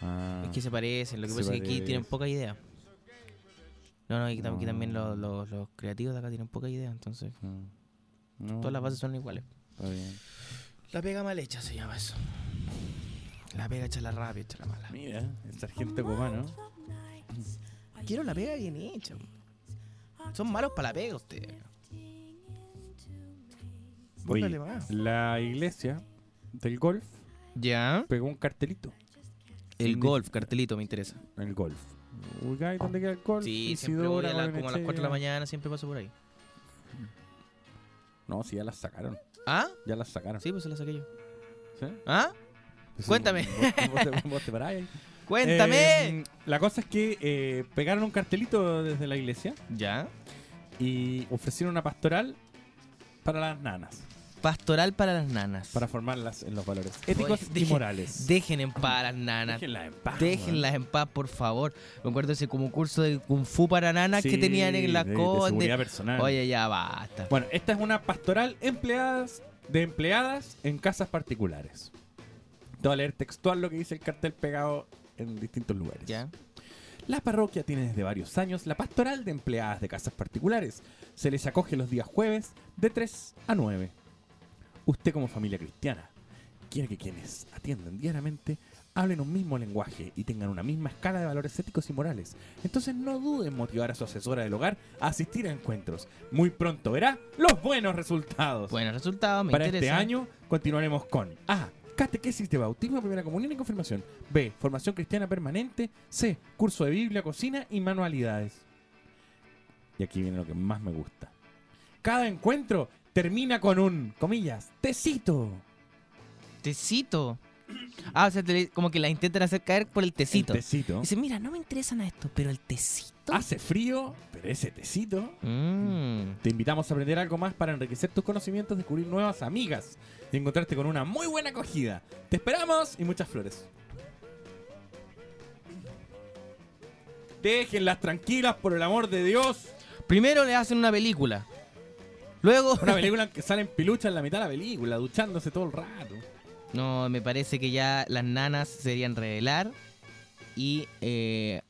S4: Ah.
S3: Es que se parecen, lo que
S4: Se
S3: pasa es que aquí
S4: parece.
S3: tienen poca idea. No, no, aquí, tam- aquí
S4: No.
S3: también los, los- los creativos de acá tienen poca idea, entonces.
S4: No.
S3: Todas las bases son iguales.
S4: Está bien.
S3: La pega mal hecha se llama eso. La pega hecha la rápida, hecha la mala.
S4: Mira, el sargento cubano.
S3: Quiero la pega bien hecha. Son malos para la pega ustedes.
S4: Oye,
S3: Póngale más.
S4: la iglesia del golf
S3: Ya.
S4: pegó un cartelito.
S3: El golf, cartelito, me interesa.
S4: El golf. Uruguay, ¿dónde queda el golf?
S3: Sí, siempre
S4: Isidora,
S3: voy a la- como a las
S4: Barnechea.
S3: 4 de la mañana, siempre paso por ahí.
S4: No, sí, ya las sacaron.
S3: ¿Ah?
S4: Ya las sacaron.
S3: Sí, pues se la saqué yo.
S4: ¿Sí?
S3: ¿Ah?
S4: Sí,
S3: Cuéntame.
S4: vos- vos te- vos te parás ahí.
S3: ¡Cuéntame!
S4: Eh, la cosa es que eh, pegaron un cartelito desde la iglesia
S3: ¿Ya?
S4: y ofrecieron una pastoral para las nanas.
S3: Pastoral para las nanas.
S4: Para formarlas en los valores éticos
S3: Oye,
S4: y
S3: dejen-
S4: morales.
S3: Dejen en paz a las nanas.
S4: Déjenlas en paz,
S3: Déjenlas en paz, por favor. Me acuerdo ese como curso de Kung Fu para nanas
S4: Sí,
S3: que tenían en la
S4: de- de
S3: Conde.
S4: seguridad personal.
S3: Oye, ya basta.
S4: Bueno, esta es una pastoral empleadas de empleadas en casas particulares. Te voy a leer textual lo que dice el cartel pegado en distintos lugares. La parroquia tiene desde varios años la pastoral de empleadas de casas particulares. Se les acoge los días jueves de 3 a 9. Usted como familia cristiana quiere que quienes atienden diariamente hablen un mismo lenguaje y tengan una misma escala de valores éticos y morales. Entonces no dude en motivar a su asesora del hogar a asistir a encuentros. Muy pronto verá los buenos resultados.
S3: Buenos resultados, me
S4: Para este
S3: interesa.
S4: año continuaremos con A. Catequesis de bautismo, primera comunión y confirmación. B. Formación cristiana permanente. C. Curso de Biblia, cocina y manualidades. Y aquí viene lo que más me gusta. Cada encuentro termina con un, comillas, tecito.
S3: Tecito. Ah, o sea, te le- como que la intentan hacer caer por el tecito.
S4: tecito.
S3: Dice, mira, no me interesan a esto, pero el tecito.
S4: Hace frío, pero ese tecito. Te invitamos a aprender algo más para enriquecer tus conocimientos, descubrir nuevas amigas y encontrarte con una muy buena acogida. Te esperamos y muchas flores. Déjenlas tranquilas, por el amor de Dios.
S3: Primero le hacen una película. Luego. [laughs]
S4: Una película en que salen piluchas en la mitad de la película, duchándose todo el rato.
S3: No, me parece que ya las nanas serían revelar y. Eh,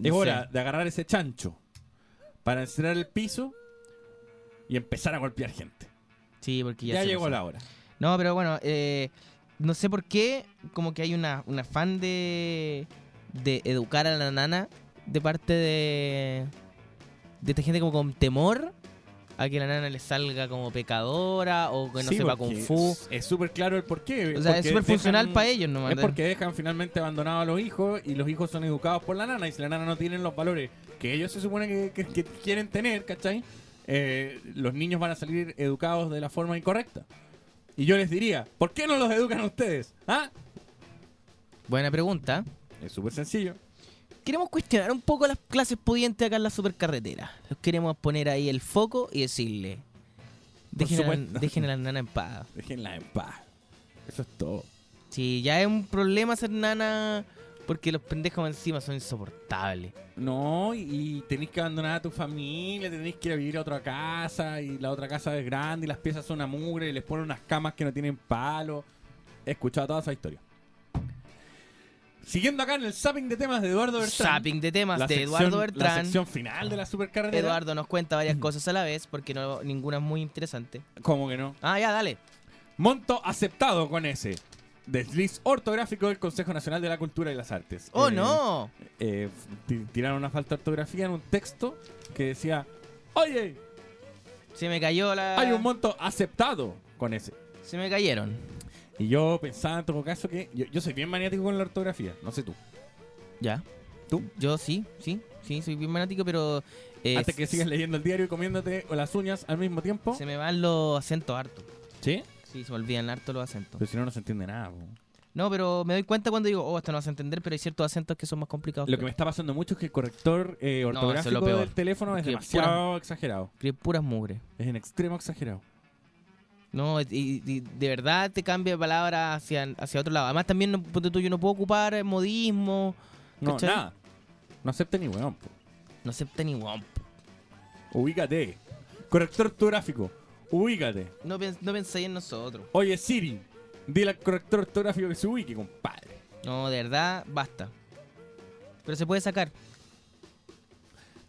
S4: Es
S3: no sé.
S4: hora de agarrar ese chancho para encerrar el piso y empezar a golpear gente.
S3: Sí, porque ya
S4: Ya
S3: se
S4: llegó
S3: pasó.
S4: la hora.
S3: No, pero bueno, eh, no sé por qué, como que hay una, un afán de, de educar a la nana de parte de, de esta gente como con temor a que la nana le salga como pecadora o que no
S4: Sí,
S3: sepa
S4: porque
S3: Kung Fu.
S4: es- Es súper claro el porqué.
S3: O sea, es
S4: porque
S3: súper funcional
S4: dejan-
S3: pa' ellos nomás, ¿eh?
S4: Es
S3: ¿no?
S4: porque dejan finalmente abandonados a los hijos y los hijos son educados por la nana. Y si la nana no tienen los valores que ellos se supone que, que- que quieren tener, ¿cachai? Eh, los niños van a salir educados de la forma incorrecta. Y yo les diría, ¿por qué no los educan a ustedes? ¿Ah?
S3: Buena pregunta.
S4: Es súper sencillo.
S3: Queremos cuestionar un poco las clases pudientes acá en la supercarretera. Los queremos poner ahí el foco y decirle: Dejen, a,
S4: supuesto.
S3: la- dejen a la nana en paz.
S4: Déjenla en paz. Eso es todo.
S3: Sí, ya es un problema ser nana porque los pendejos encima son insoportables.
S4: No, y, y tenéis que abandonar a tu familia, tenéis que ir a vivir a otra casa, y la otra casa es grande, y las piezas son una mugre, y les ponen unas camas que no tienen palo. He escuchado toda esa historia. Siguiendo acá en el zapping de temas de Eduardo Bertrán.
S3: Zapping de temas
S4: la
S3: de
S4: sección-
S3: Eduardo Bertrán.
S4: La sección final de la supercarretera.
S3: Eduardo nos cuenta varias cosas a la vez porque no, ninguna es muy interesante.
S4: ¿Cómo que no?
S3: Ah, ya, dale.
S4: Monto aceptado con ese. Desliz ortográfico del Consejo Nacional de la Cultura y las Artes.
S3: ¡Oh,
S4: Eh,
S3: no!
S4: eh, ti- tiraron una falta de ortografía en un texto que decía, oye,
S3: se me cayó la...
S4: Hay un monto aceptado con ese.
S3: Se me cayeron.
S4: Y yo pensaba en todo caso que yo, yo soy bien maniático con la ortografía, no sé tú.
S3: ¿Ya?
S4: ¿Tú?
S3: Yo sí, sí, sí, soy bien fanático, pero... eh,
S4: Antes que
S3: s-
S4: sigas leyendo el diario y comiéndote las uñas al mismo tiempo.
S3: Se me van los acentos harto.
S4: ¿Sí?
S3: Sí, se me olvidan harto los acentos.
S4: Pero si no, no se entiende nada. po.
S3: No, pero me doy cuenta cuando digo, oh, esto no vas a entender, pero hay ciertos acentos que son más complicados.
S4: Lo que me está pasando mucho es que el corrector eh,
S3: No, eso es lo
S4: ortográfico
S3: peor.
S4: del teléfono es
S3: Que
S4: demasiado exagerado.
S3: Que puras mugre.
S4: Es en extremo exagerado.
S3: No, y, y de verdad te cambia de palabra hacia, hacia otro lado. Además, también, no, ponte tú, yo no puedo ocupar eh, modismo.
S4: No,
S3: ¿cachai?
S4: nada. No acepta ni weón. po.
S3: No acepta ni guamp.
S4: Ubícate. Corrector ortográfico. Ubícate.
S3: No, pens- no pensáis en nosotros.
S4: Oye, Siri, dile al corrector ortográfico que se ubique, compadre.
S3: No, de verdad, basta. Pero se puede sacar.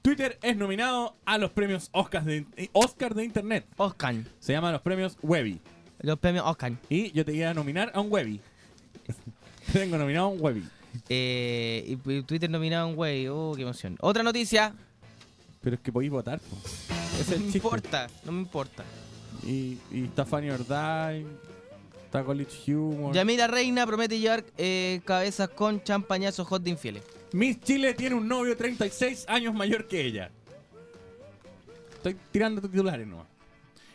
S4: Twitter es nominado a los premios Oscar de, eh, Oscar de Internet.
S3: Oscar.
S4: Se llaman los premios Webby.
S3: Los premios Oscar.
S4: Y yo te iba a nominar a un Webby. [laughs] Te Tengo nominado a un Webby.
S3: Eh, y pu- Twitter nominado a un güey. Oh, qué emoción. Otra noticia.
S4: Pero es que podéis votar. po. Ese es
S3: No
S4: el
S3: me
S4: chiste.
S3: importa, no me importa.
S4: Y, y está Fanny Ordai. Está College Humor.
S3: Yamila Reina promete llevar eh, cabezas con champañazos hot de infieles.
S4: Miss Chile tiene un novio 36 años mayor que ella. Estoy tirando titulares nomás.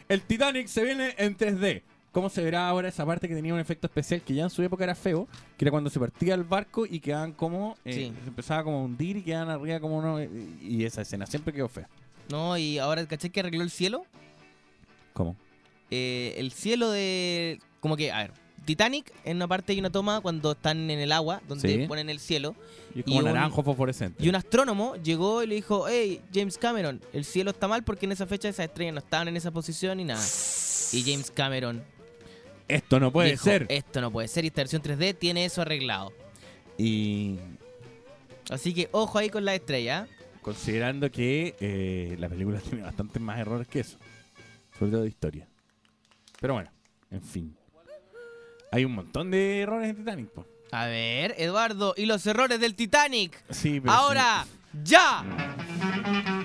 S4: El Titanic se viene en 3D. ¿Cómo se verá ahora esa parte que tenía un efecto especial que ya en su época era feo? Que era cuando se partía el barco y quedaban como... eh,
S3: Sí.
S4: Se empezaba como a hundir y quedaban arriba como uno... eh, Y esa escena siempre quedó fea.
S3: No, y ahora, ¿caché que arregló el cielo?
S4: ¿Cómo?
S3: eh, el cielo de. Como que, a ver, Titanic, en una parte hay una toma cuando están en el agua, donde
S4: Sí.
S3: ponen el cielo.
S4: Y es como
S3: un-
S4: naranjo fosforescente.
S3: y un astrónomo llegó y le dijo, hey, James Cameron, el cielo está mal porque en esa fecha esas estrellas no estaban en esa posición y nada. Y James Cameron
S4: Esto no puede
S3: dijo,
S4: ser.
S3: Esto no puede ser. Y esta versión 3D tiene eso arreglado.
S4: Y
S3: Así que ojo ahí con la estrella. ¿eh?
S4: considerando que eh, la película [laughs] tiene bastantes más errores que eso. Sobre todo de historia. Pero bueno, en fin. Hay un montón de errores en Titanic, po.
S3: A ver, Eduardo, y los errores del Titanic.
S4: Sí, pero
S3: Ahora, ya.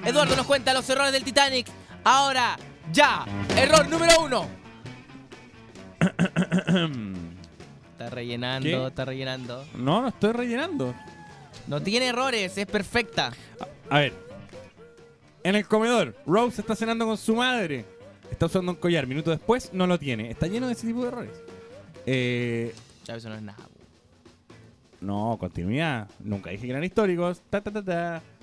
S3: Eduardo nos cuenta los errores del Titanic. Ahora, ya. Error número uno.
S4: [coughs]
S3: Está rellenando,
S4: ¿Qué?
S3: está rellenando.
S4: No, no estoy rellenando.
S3: No tiene errores, es perfecta.
S4: A ver. En el comedor, Rose está cenando con su madre. Está usando un collar. Minutos después, no lo tiene. Está lleno de ese tipo de errores. Eh,
S3: Ya, eso no es nada.
S4: no, continuidad. Nunca dije que eran históricos. Ta, ta, ta, ta. [laughs]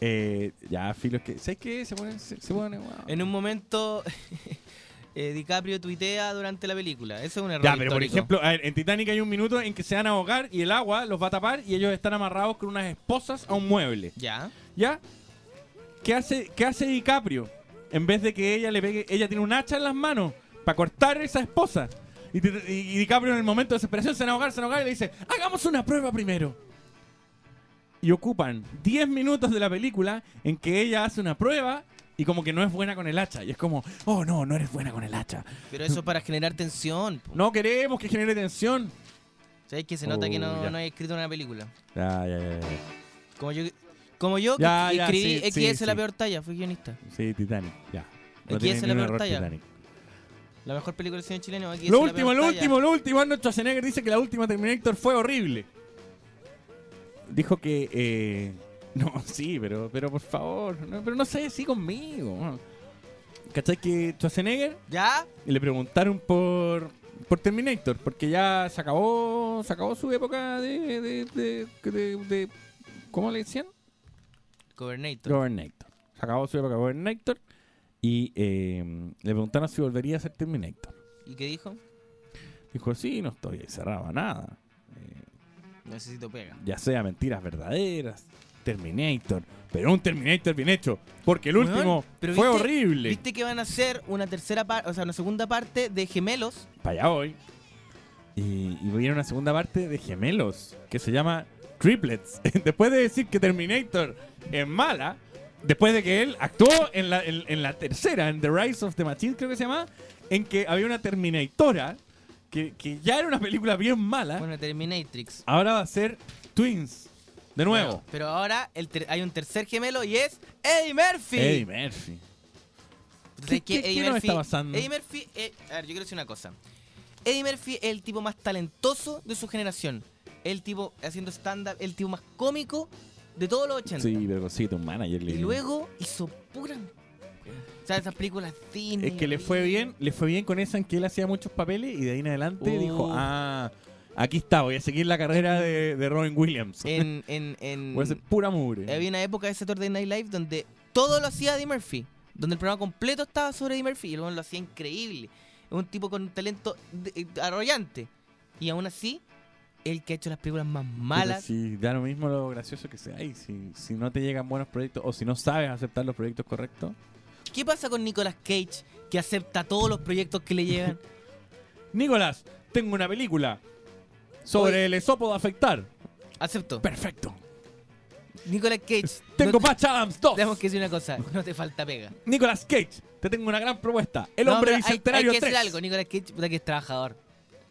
S4: Eh, ya, filo, es que. ¿Sabes qué? Se pone. Se, se pone wow.
S3: En un momento, [laughs] eh, DiCaprio tuitea durante la película. Eso es un error.
S4: Ya, pero por
S3: histórico.
S4: ejemplo, a ver, en Titanic hay un minuto en que se van a ahogar y el agua los va a tapar y ellos están amarrados con unas esposas a un mueble.
S3: Ya.
S4: ¿Ya? ¿Qué hace, qué hace DiCaprio? En vez de que ella le pegue, ella tiene un hacha en las manos para cortar esa esposa. Y, ti- y- y DiCaprio en el momento de desesperación se van a ahogar, se van a ahogar y le dice, hagamos una prueba primero. Y ocupan 10 minutos de la película en que ella hace una prueba y como que no es buena con el hacha. Y es como, oh no, no eres buena con el hacha.
S3: Pero eso para generar tensión.
S4: No queremos que genere tensión.
S3: ¿Sabes que se nota que
S4: Oh,
S3: no,
S4: ya.
S3: no hay escrito una película?
S4: Ya, ya, ya. ya.
S3: Como yo, como yo que
S4: Ya, ya,
S3: escribí
S4: sí,
S3: XS
S4: sí,
S3: la
S4: sí.
S3: peor talla, fui guionista.
S4: Sí, Titanic, ya.
S3: Aquí
S4: tiene
S3: es
S4: ni
S3: la
S4: un
S3: peor
S4: error
S3: talla.
S4: Titanic.
S3: La mejor película del cine chileno. XS
S4: Lo
S3: la
S4: último,
S3: peor
S4: lo
S3: talla.
S4: último, lo último. Arnold Schwarzenegger dice que la última Terminator fue horrible. Dijo que... eh, no, [laughs] sí, pero, pero por favor. no, pero no sé, sí conmigo. ¿Cachai que Schwarzenegger?
S3: ¿Ya?
S4: Le preguntaron por, por Terminator, porque ya se acabó, se acabó su época de... de, de, de- de- ¿Cómo le decían?
S3: Governator.
S4: Governator. Se acabó su época Governator y eh, le preguntaron si volvería a ser Terminator.
S3: ¿Y qué dijo?
S4: Dijo, sí, no estoy cerrado a nada. Eh,
S3: Necesito pega.
S4: ya sea mentiras verdaderas, Terminator, pero un Terminator bien hecho, porque el último
S3: Weón, pero
S4: fue
S3: viste-
S4: horrible.
S3: Viste que van a hacer una tercera parte, o sea, una segunda parte de gemelos.
S4: Para allá hoy. Y, y viene una segunda parte de Gemelos, que se llama Triplets. [laughs] después de decir que Terminator es mala, después de que él actuó en la, en, en la tercera, en The Rise of the Machine, creo que se llama, en que había una Terminatora, que, que ya era una película bien mala.
S3: ¿ah? Bueno, Terminatrix.
S4: Ahora va a ser Twins. De nuevo.
S3: Bueno, pero ahora el ter- hay un tercer gemelo y es Eddie Murphy.
S4: Eddie Murphy.
S3: Entonces,
S4: ¿Qué-
S3: que
S4: qué-
S3: Eddie
S4: qué nos
S3: Murphy-
S4: está pasando?
S3: Eddie Murphy, eh, a ver, yo quiero decir una cosa. Eddie Murphy es el tipo más talentoso de su generación. El tipo haciendo stand-up, el tipo más cómico de todos los 80.
S4: Sí, pero consíguete un manager.
S3: Y
S4: Lili.
S3: luego hizo pura. O sea, esas películas Disney.
S4: Es que le fue bien, le fue bien con esa en que él hacía muchos papeles y de ahí en adelante
S3: Uh.
S4: dijo, ah, aquí está, voy a seguir la carrera de, de Robin Williams.
S3: En,
S4: [laughs]
S3: en, en-
S4: voy a ser pura mugre.
S3: había una época de Saturday Night Live donde todo lo hacía Eddie Murphy. Donde el programa completo estaba sobre Eddie Murphy y luego lo hacía increíble. Es un tipo con un talento de- eh, arrogante. Y aún así, el que ha hecho las películas más
S4: Pero
S3: malas.
S4: Si da lo mismo lo gracioso que sea. Y si, si no te llegan buenos proyectos o si no sabes aceptar los proyectos correctos.
S3: ¿Qué pasa con Nicolas Cage que acepta todos los proyectos que le
S4: [laughs]
S3: llegan?
S4: Nicolás, tengo una película sobre el esopo de afectar.
S3: Acepto.
S4: Perfecto.
S3: Nicolas Cage.
S4: Tengo Patch Adams 2.
S3: Tenemos que decir una cosa, no te falta pega.
S4: Nicolás Cage, te tengo una gran propuesta. El
S3: No,
S4: hombre
S3: pero hay-
S4: bicentenario
S3: Hay, que
S4: 3.
S3: decir algo, Nicolas Cage, puta que es trabajador.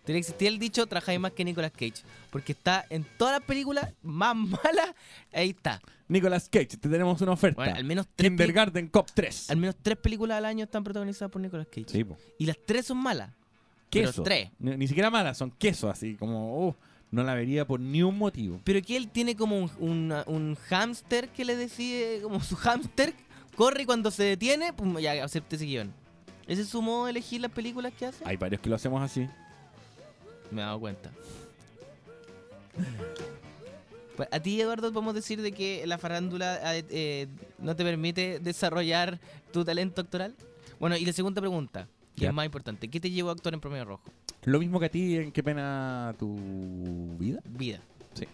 S3: Tiene que existir el dicho, trabajáis más que Nicolas Cage. Porque está en todas las películas más [laughs] malas, ahí está.
S4: Nicolas Cage, te tenemos una oferta.
S3: Bueno, al menos tres
S4: Kindergarten Cop 3.
S3: Al menos tres películas al año están protagonizadas por Nicolas Cage.
S4: Sí, po.
S3: Y las tres son malas. Pero
S4: queso.
S3: tres.
S4: Ni, ni siquiera malas, son quesos, así como, oh, no la vería por ni un motivo.
S3: Pero que él tiene como un, una- un hámster que le decide, como su hámster, corre y cuando se detiene, pum, ya acepte ese guión. ¿Ese es su modo de elegir las películas que hace?
S4: Hay varios que lo hacemos así.
S3: Me he dado cuenta. Pa- Pues, A ti, Eduardo, podemos decir de que la farándula eh, eh, no te permite desarrollar tu talento actoral. Bueno, y la segunda pregunta, que
S4: Ya.
S3: es más importante. ¿Qué te llevó a actuar en Promedio Rojo?
S4: Lo mismo que a ti en Qué pena tu vida.
S3: Vida.
S4: Sí.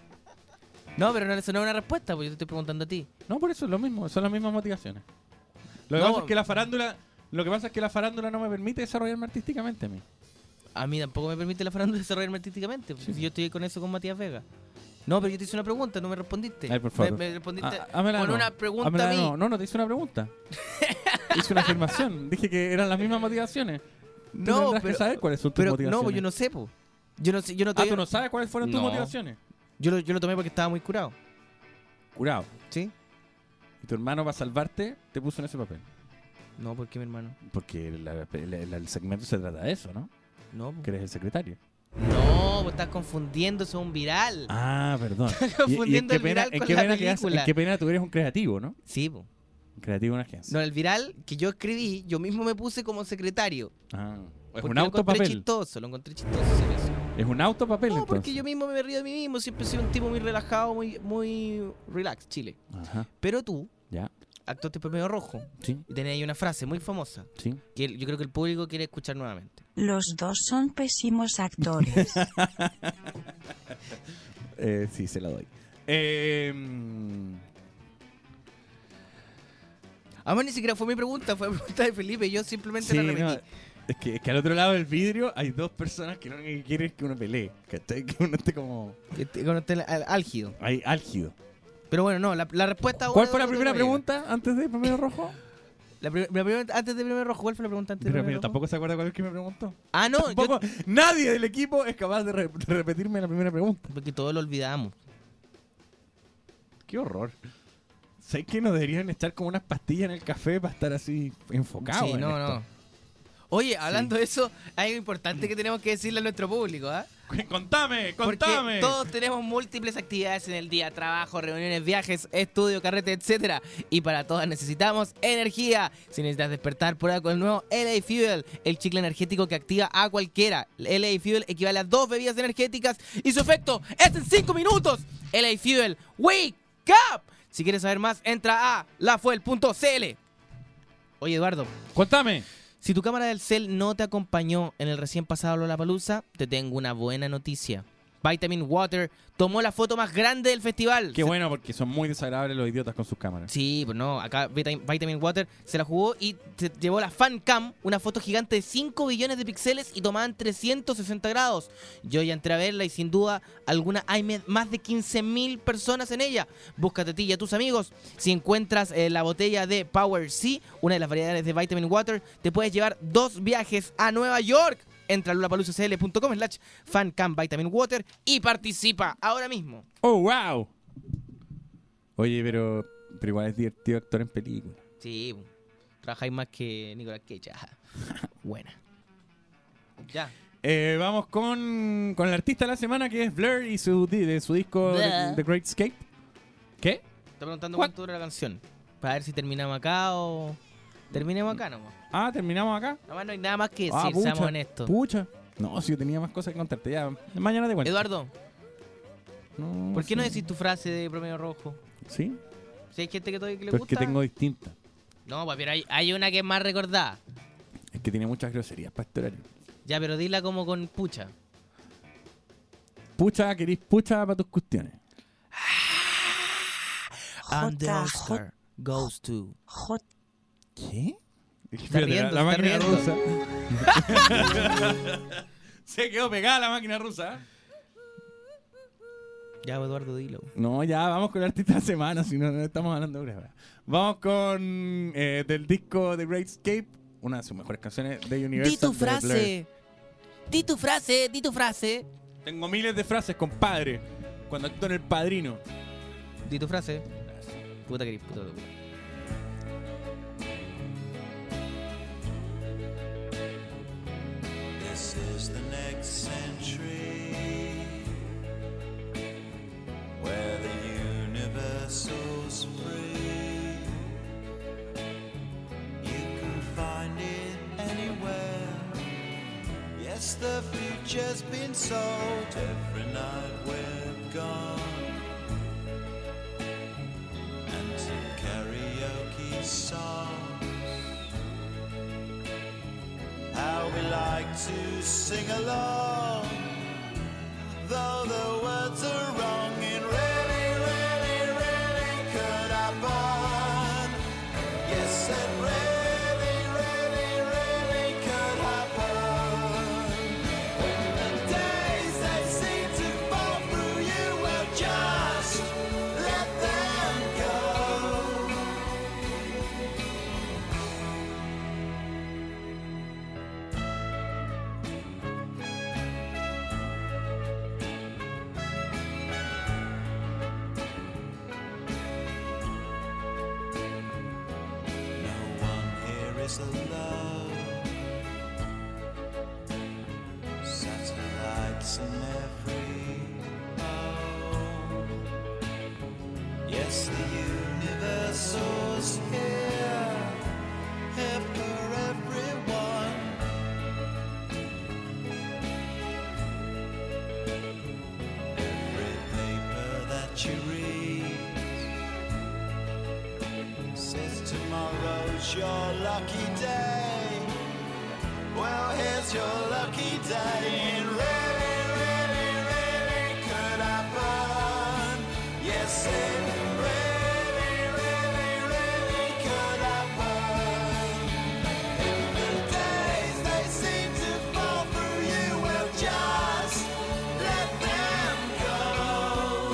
S3: No, pero no, eso no es una respuesta, porque yo te estoy preguntando a ti.
S4: No, por eso es lo mismo, son las mismas motivaciones. Lo que
S3: No.
S4: pasa es que la farándula, lo que pasa es que la farándula no me permite desarrollarme artísticamente a mí.
S3: A mí tampoco me permite la farándula [laughs] desarrollarme artísticamente. porque Yo estoy con eso con Matías Vega. No, pero yo te hice una pregunta, no me respondiste.
S4: Ay, por favor.
S3: Me, me respondiste
S4: Ah, hámela
S3: con
S4: no.
S3: una pregunta
S4: Hámela
S3: a mí.
S4: No, no, no, te hice una pregunta. hice una afirmación. Dije que eran las mismas motivaciones. Tú
S3: No,
S4: tendrás
S3: pero-
S4: que saber cuáles son tus
S3: pero no,
S4: motivaciones.
S3: pues yo no sé, po. Yo no sé, yo no
S4: Ah,
S3: te-
S4: tú no sabes cuáles fueron tus
S3: No.
S4: motivaciones.
S3: Yo lo, yo lo tomé porque estaba muy curado.
S4: Curado.
S3: Sí.
S4: Y tu hermano para salvarte te puso en ese papel.
S3: No, ¿por qué mi hermano?
S4: Porque la- la- la- el segmento se trata de eso, ¿no?
S3: No.
S4: Que eres el secretario.
S3: No, vos estás confundiendo, eso es un viral.
S4: Ah, [laughs] perdón. Y- y
S3: confundiendo
S4: en
S3: el
S4: qué pena,
S3: viral
S4: en
S3: con
S4: qué
S3: la
S4: pena que haces-
S3: película.
S4: en qué pena tú eres un creativo, ¿no?
S3: Sí, po.
S4: Un creativo en una agencia.
S3: No, el viral que yo escribí, yo mismo me puse como secretario.
S4: Ah, es
S3: Porque
S4: un
S3: lo encontré
S4: autopapel.
S3: chistoso, lo encontré chistoso hacer eso.
S4: Es un autopapel,
S3: No, porque
S4: entonces.
S3: yo mismo me río de mí mismo, siempre soy un tipo muy relajado, muy, muy relax, Chile.
S4: Ajá.
S3: Pero tú
S4: Ya.
S3: actuaste en Promedio Rojo
S4: Sí.
S3: y tenés ahí una frase muy famosa
S4: Sí.
S3: que el- yo creo que el público quiere escuchar nuevamente.
S8: Los dos son pésimos actores.
S4: Eh, sí, se la doy. Eh, mm,
S3: Además, ni siquiera fue mi pregunta, fue la pregunta de Felipe y yo simplemente
S4: sí,
S3: la repetí.
S4: no, es, que, es que al otro lado del vidrio hay dos personas que lo único que quieren es que uno pelee. ¿cachai? Que uno esté como...
S3: Que te- que uno esté al- álgido.
S4: Ahí, álgido.
S3: Pero bueno, no, la, la respuesta...
S4: ¿Cuál
S3: ahora-
S4: fue la
S3: ahora
S4: primera
S3: no llega.
S4: pregunta antes de
S3: [laughs]
S4: Primero Rojo?
S3: La pri- la primera- antes de Primer Rojo, ¿cuál fue la pregunta antes de
S4: Pero
S3: Primer
S4: mira,
S3: Rojo?
S4: tampoco se acuerda cuál es que me preguntó.
S3: Ah, no, yo-
S4: Tampoco- nadie del equipo es capaz de, re- de repetirme la primera pregunta.
S3: Porque todos lo olvidamos.
S4: Qué horror. Sé que nos deberían echar como unas pastillas en el café para estar así enfocados.
S3: Sí,
S4: en
S3: no,
S4: esto.
S3: no. Oye, hablando de eso, hay algo importante que tenemos que decirle a nuestro público, ¿ah?
S4: [laughs] Contame,
S3: Porque todos tenemos múltiples actividades en el día, trabajo, reuniones, viajes, estudio, carrete, etcétera. Y para todas necesitamos energía. Si necesitas despertar, prueba con el nuevo LA Fuel, el chicle energético que activa a cualquiera. LA Fuel equivale a dos bebidas energéticas y su efecto es en 5 minutos. LA Fuel, wake up. Si quieres saber más, entra a lafuel.cl. Oye, Eduardo.
S4: Cuéntame.
S3: Si tu cámara del cel no te acompañó en el recién pasado Lollapalooza, te tengo una buena noticia. Vitamin Water tomó la foto más grande del festival.
S4: Qué bueno, porque son muy desagradables los idiotas con sus cámaras.
S3: Sí, pues no, acá Vitamin, Vitamin Water se la jugó y se llevó la fan cam, una foto gigante de 5 billones de píxeles y tomada en 360 grados. Yo ya entré a verla y sin duda alguna hay me- más de 15.000 personas en ella. Búscate a ti y a tus amigos. Si encuentras eh, la botella de Power C, una de las variedades de Vitamin Water, te puedes llevar dos viajes a Nueva York. Entra a lulapalucacl.com slash fancam vitamin water y participa ahora mismo.
S4: ¡Oh, wow! Oye, pero, pero igual es divertido actuar en película.
S3: Sí, trabajáis más que Nicolás Quecha.
S4: [laughs]
S3: Buena. Ya.
S4: Eh, vamos con, con el artista de la semana que es Blur y su, di- de su disco
S3: Blur.
S4: The Great Escape. ¿Qué?
S3: Está preguntando cuánto dura la canción. Para ver si terminamos acá o. Terminemos acá nomás.
S4: Ah, terminamos acá.
S3: Además, no hay nada más que decir,
S4: Ah,
S3: seamos honestos.
S4: Pucha. No, si yo tenía más cosas que contarte. Ya, mañana te cuento.
S3: Eduardo,
S4: No,
S3: ¿por qué no
S4: sí.
S3: decís tu frase de promedio rojo?
S4: Sí,
S3: Si hay gente que todavía que le
S4: porque
S3: gusta.
S4: tengo distinta.
S3: No, pues, pero hay, hay una que es más recordada.
S4: Es que tiene muchas groserías pastorales.
S3: Ya, pero dila como con pucha.
S4: Pucha, querís pucha para tus cuestiones.
S3: And the Oscar goes to.
S4: ¿Qué?
S3: Está riendo,
S4: la
S3: se está
S4: máquina
S3: riendo. [laughs]
S4: rusa. [laughs] se quedó pegada la máquina rusa. ¿eh?
S3: Ya, Eduardo, dilo.
S4: No, ya, vamos con el artista de la semana, si no, no estamos hablando de ahora. Vamos con eh, del disco The Great Escape, una de sus mejores canciones de Universal.
S3: Di tu
S4: de Blur.
S3: frase. Di tu frase, di tu frase.
S4: Tengo miles de frases, compadre. Cuando actúo en El Padrino.
S3: Di tu frase. Puta que eres puto.
S5: This is the next century where the universal's free. You can find it anywhere. Yes, the future's been sold every night we're gone. And some karaoke songs how we like to sing along. Though the words are wrong, it really, really, really could happen. Yes, it really, really, really could happen. When the days they seem to fall through you, well, just let them go. here is alone. Satellites in every home. Yes, the universe soars here, here for everyone. Every paper that you read says tomorrow's your lucky day. Well, here's your lucky day. It really, really, really could happen. Yes, it really, really, really could happen. If the days they seem to fall through you, well, just let them go.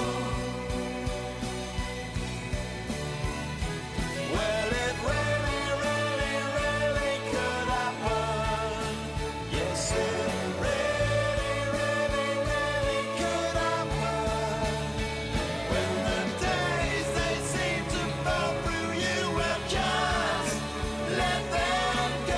S5: Well, it really, really, really could happen. Yes, it really, really, really could happen. When the days they seem to fall through you, well, just let them go.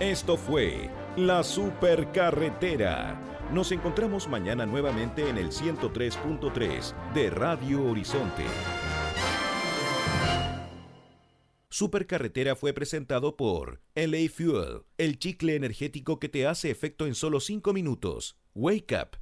S2: Esto fue La Supercarretera. Nos encontramos mañana nuevamente en el 103.3 de Radio Horizonte. Supercarretera fue presentado por LA Fuel, el chicle energético que te hace efecto en solo 5 minutos. Wake Up,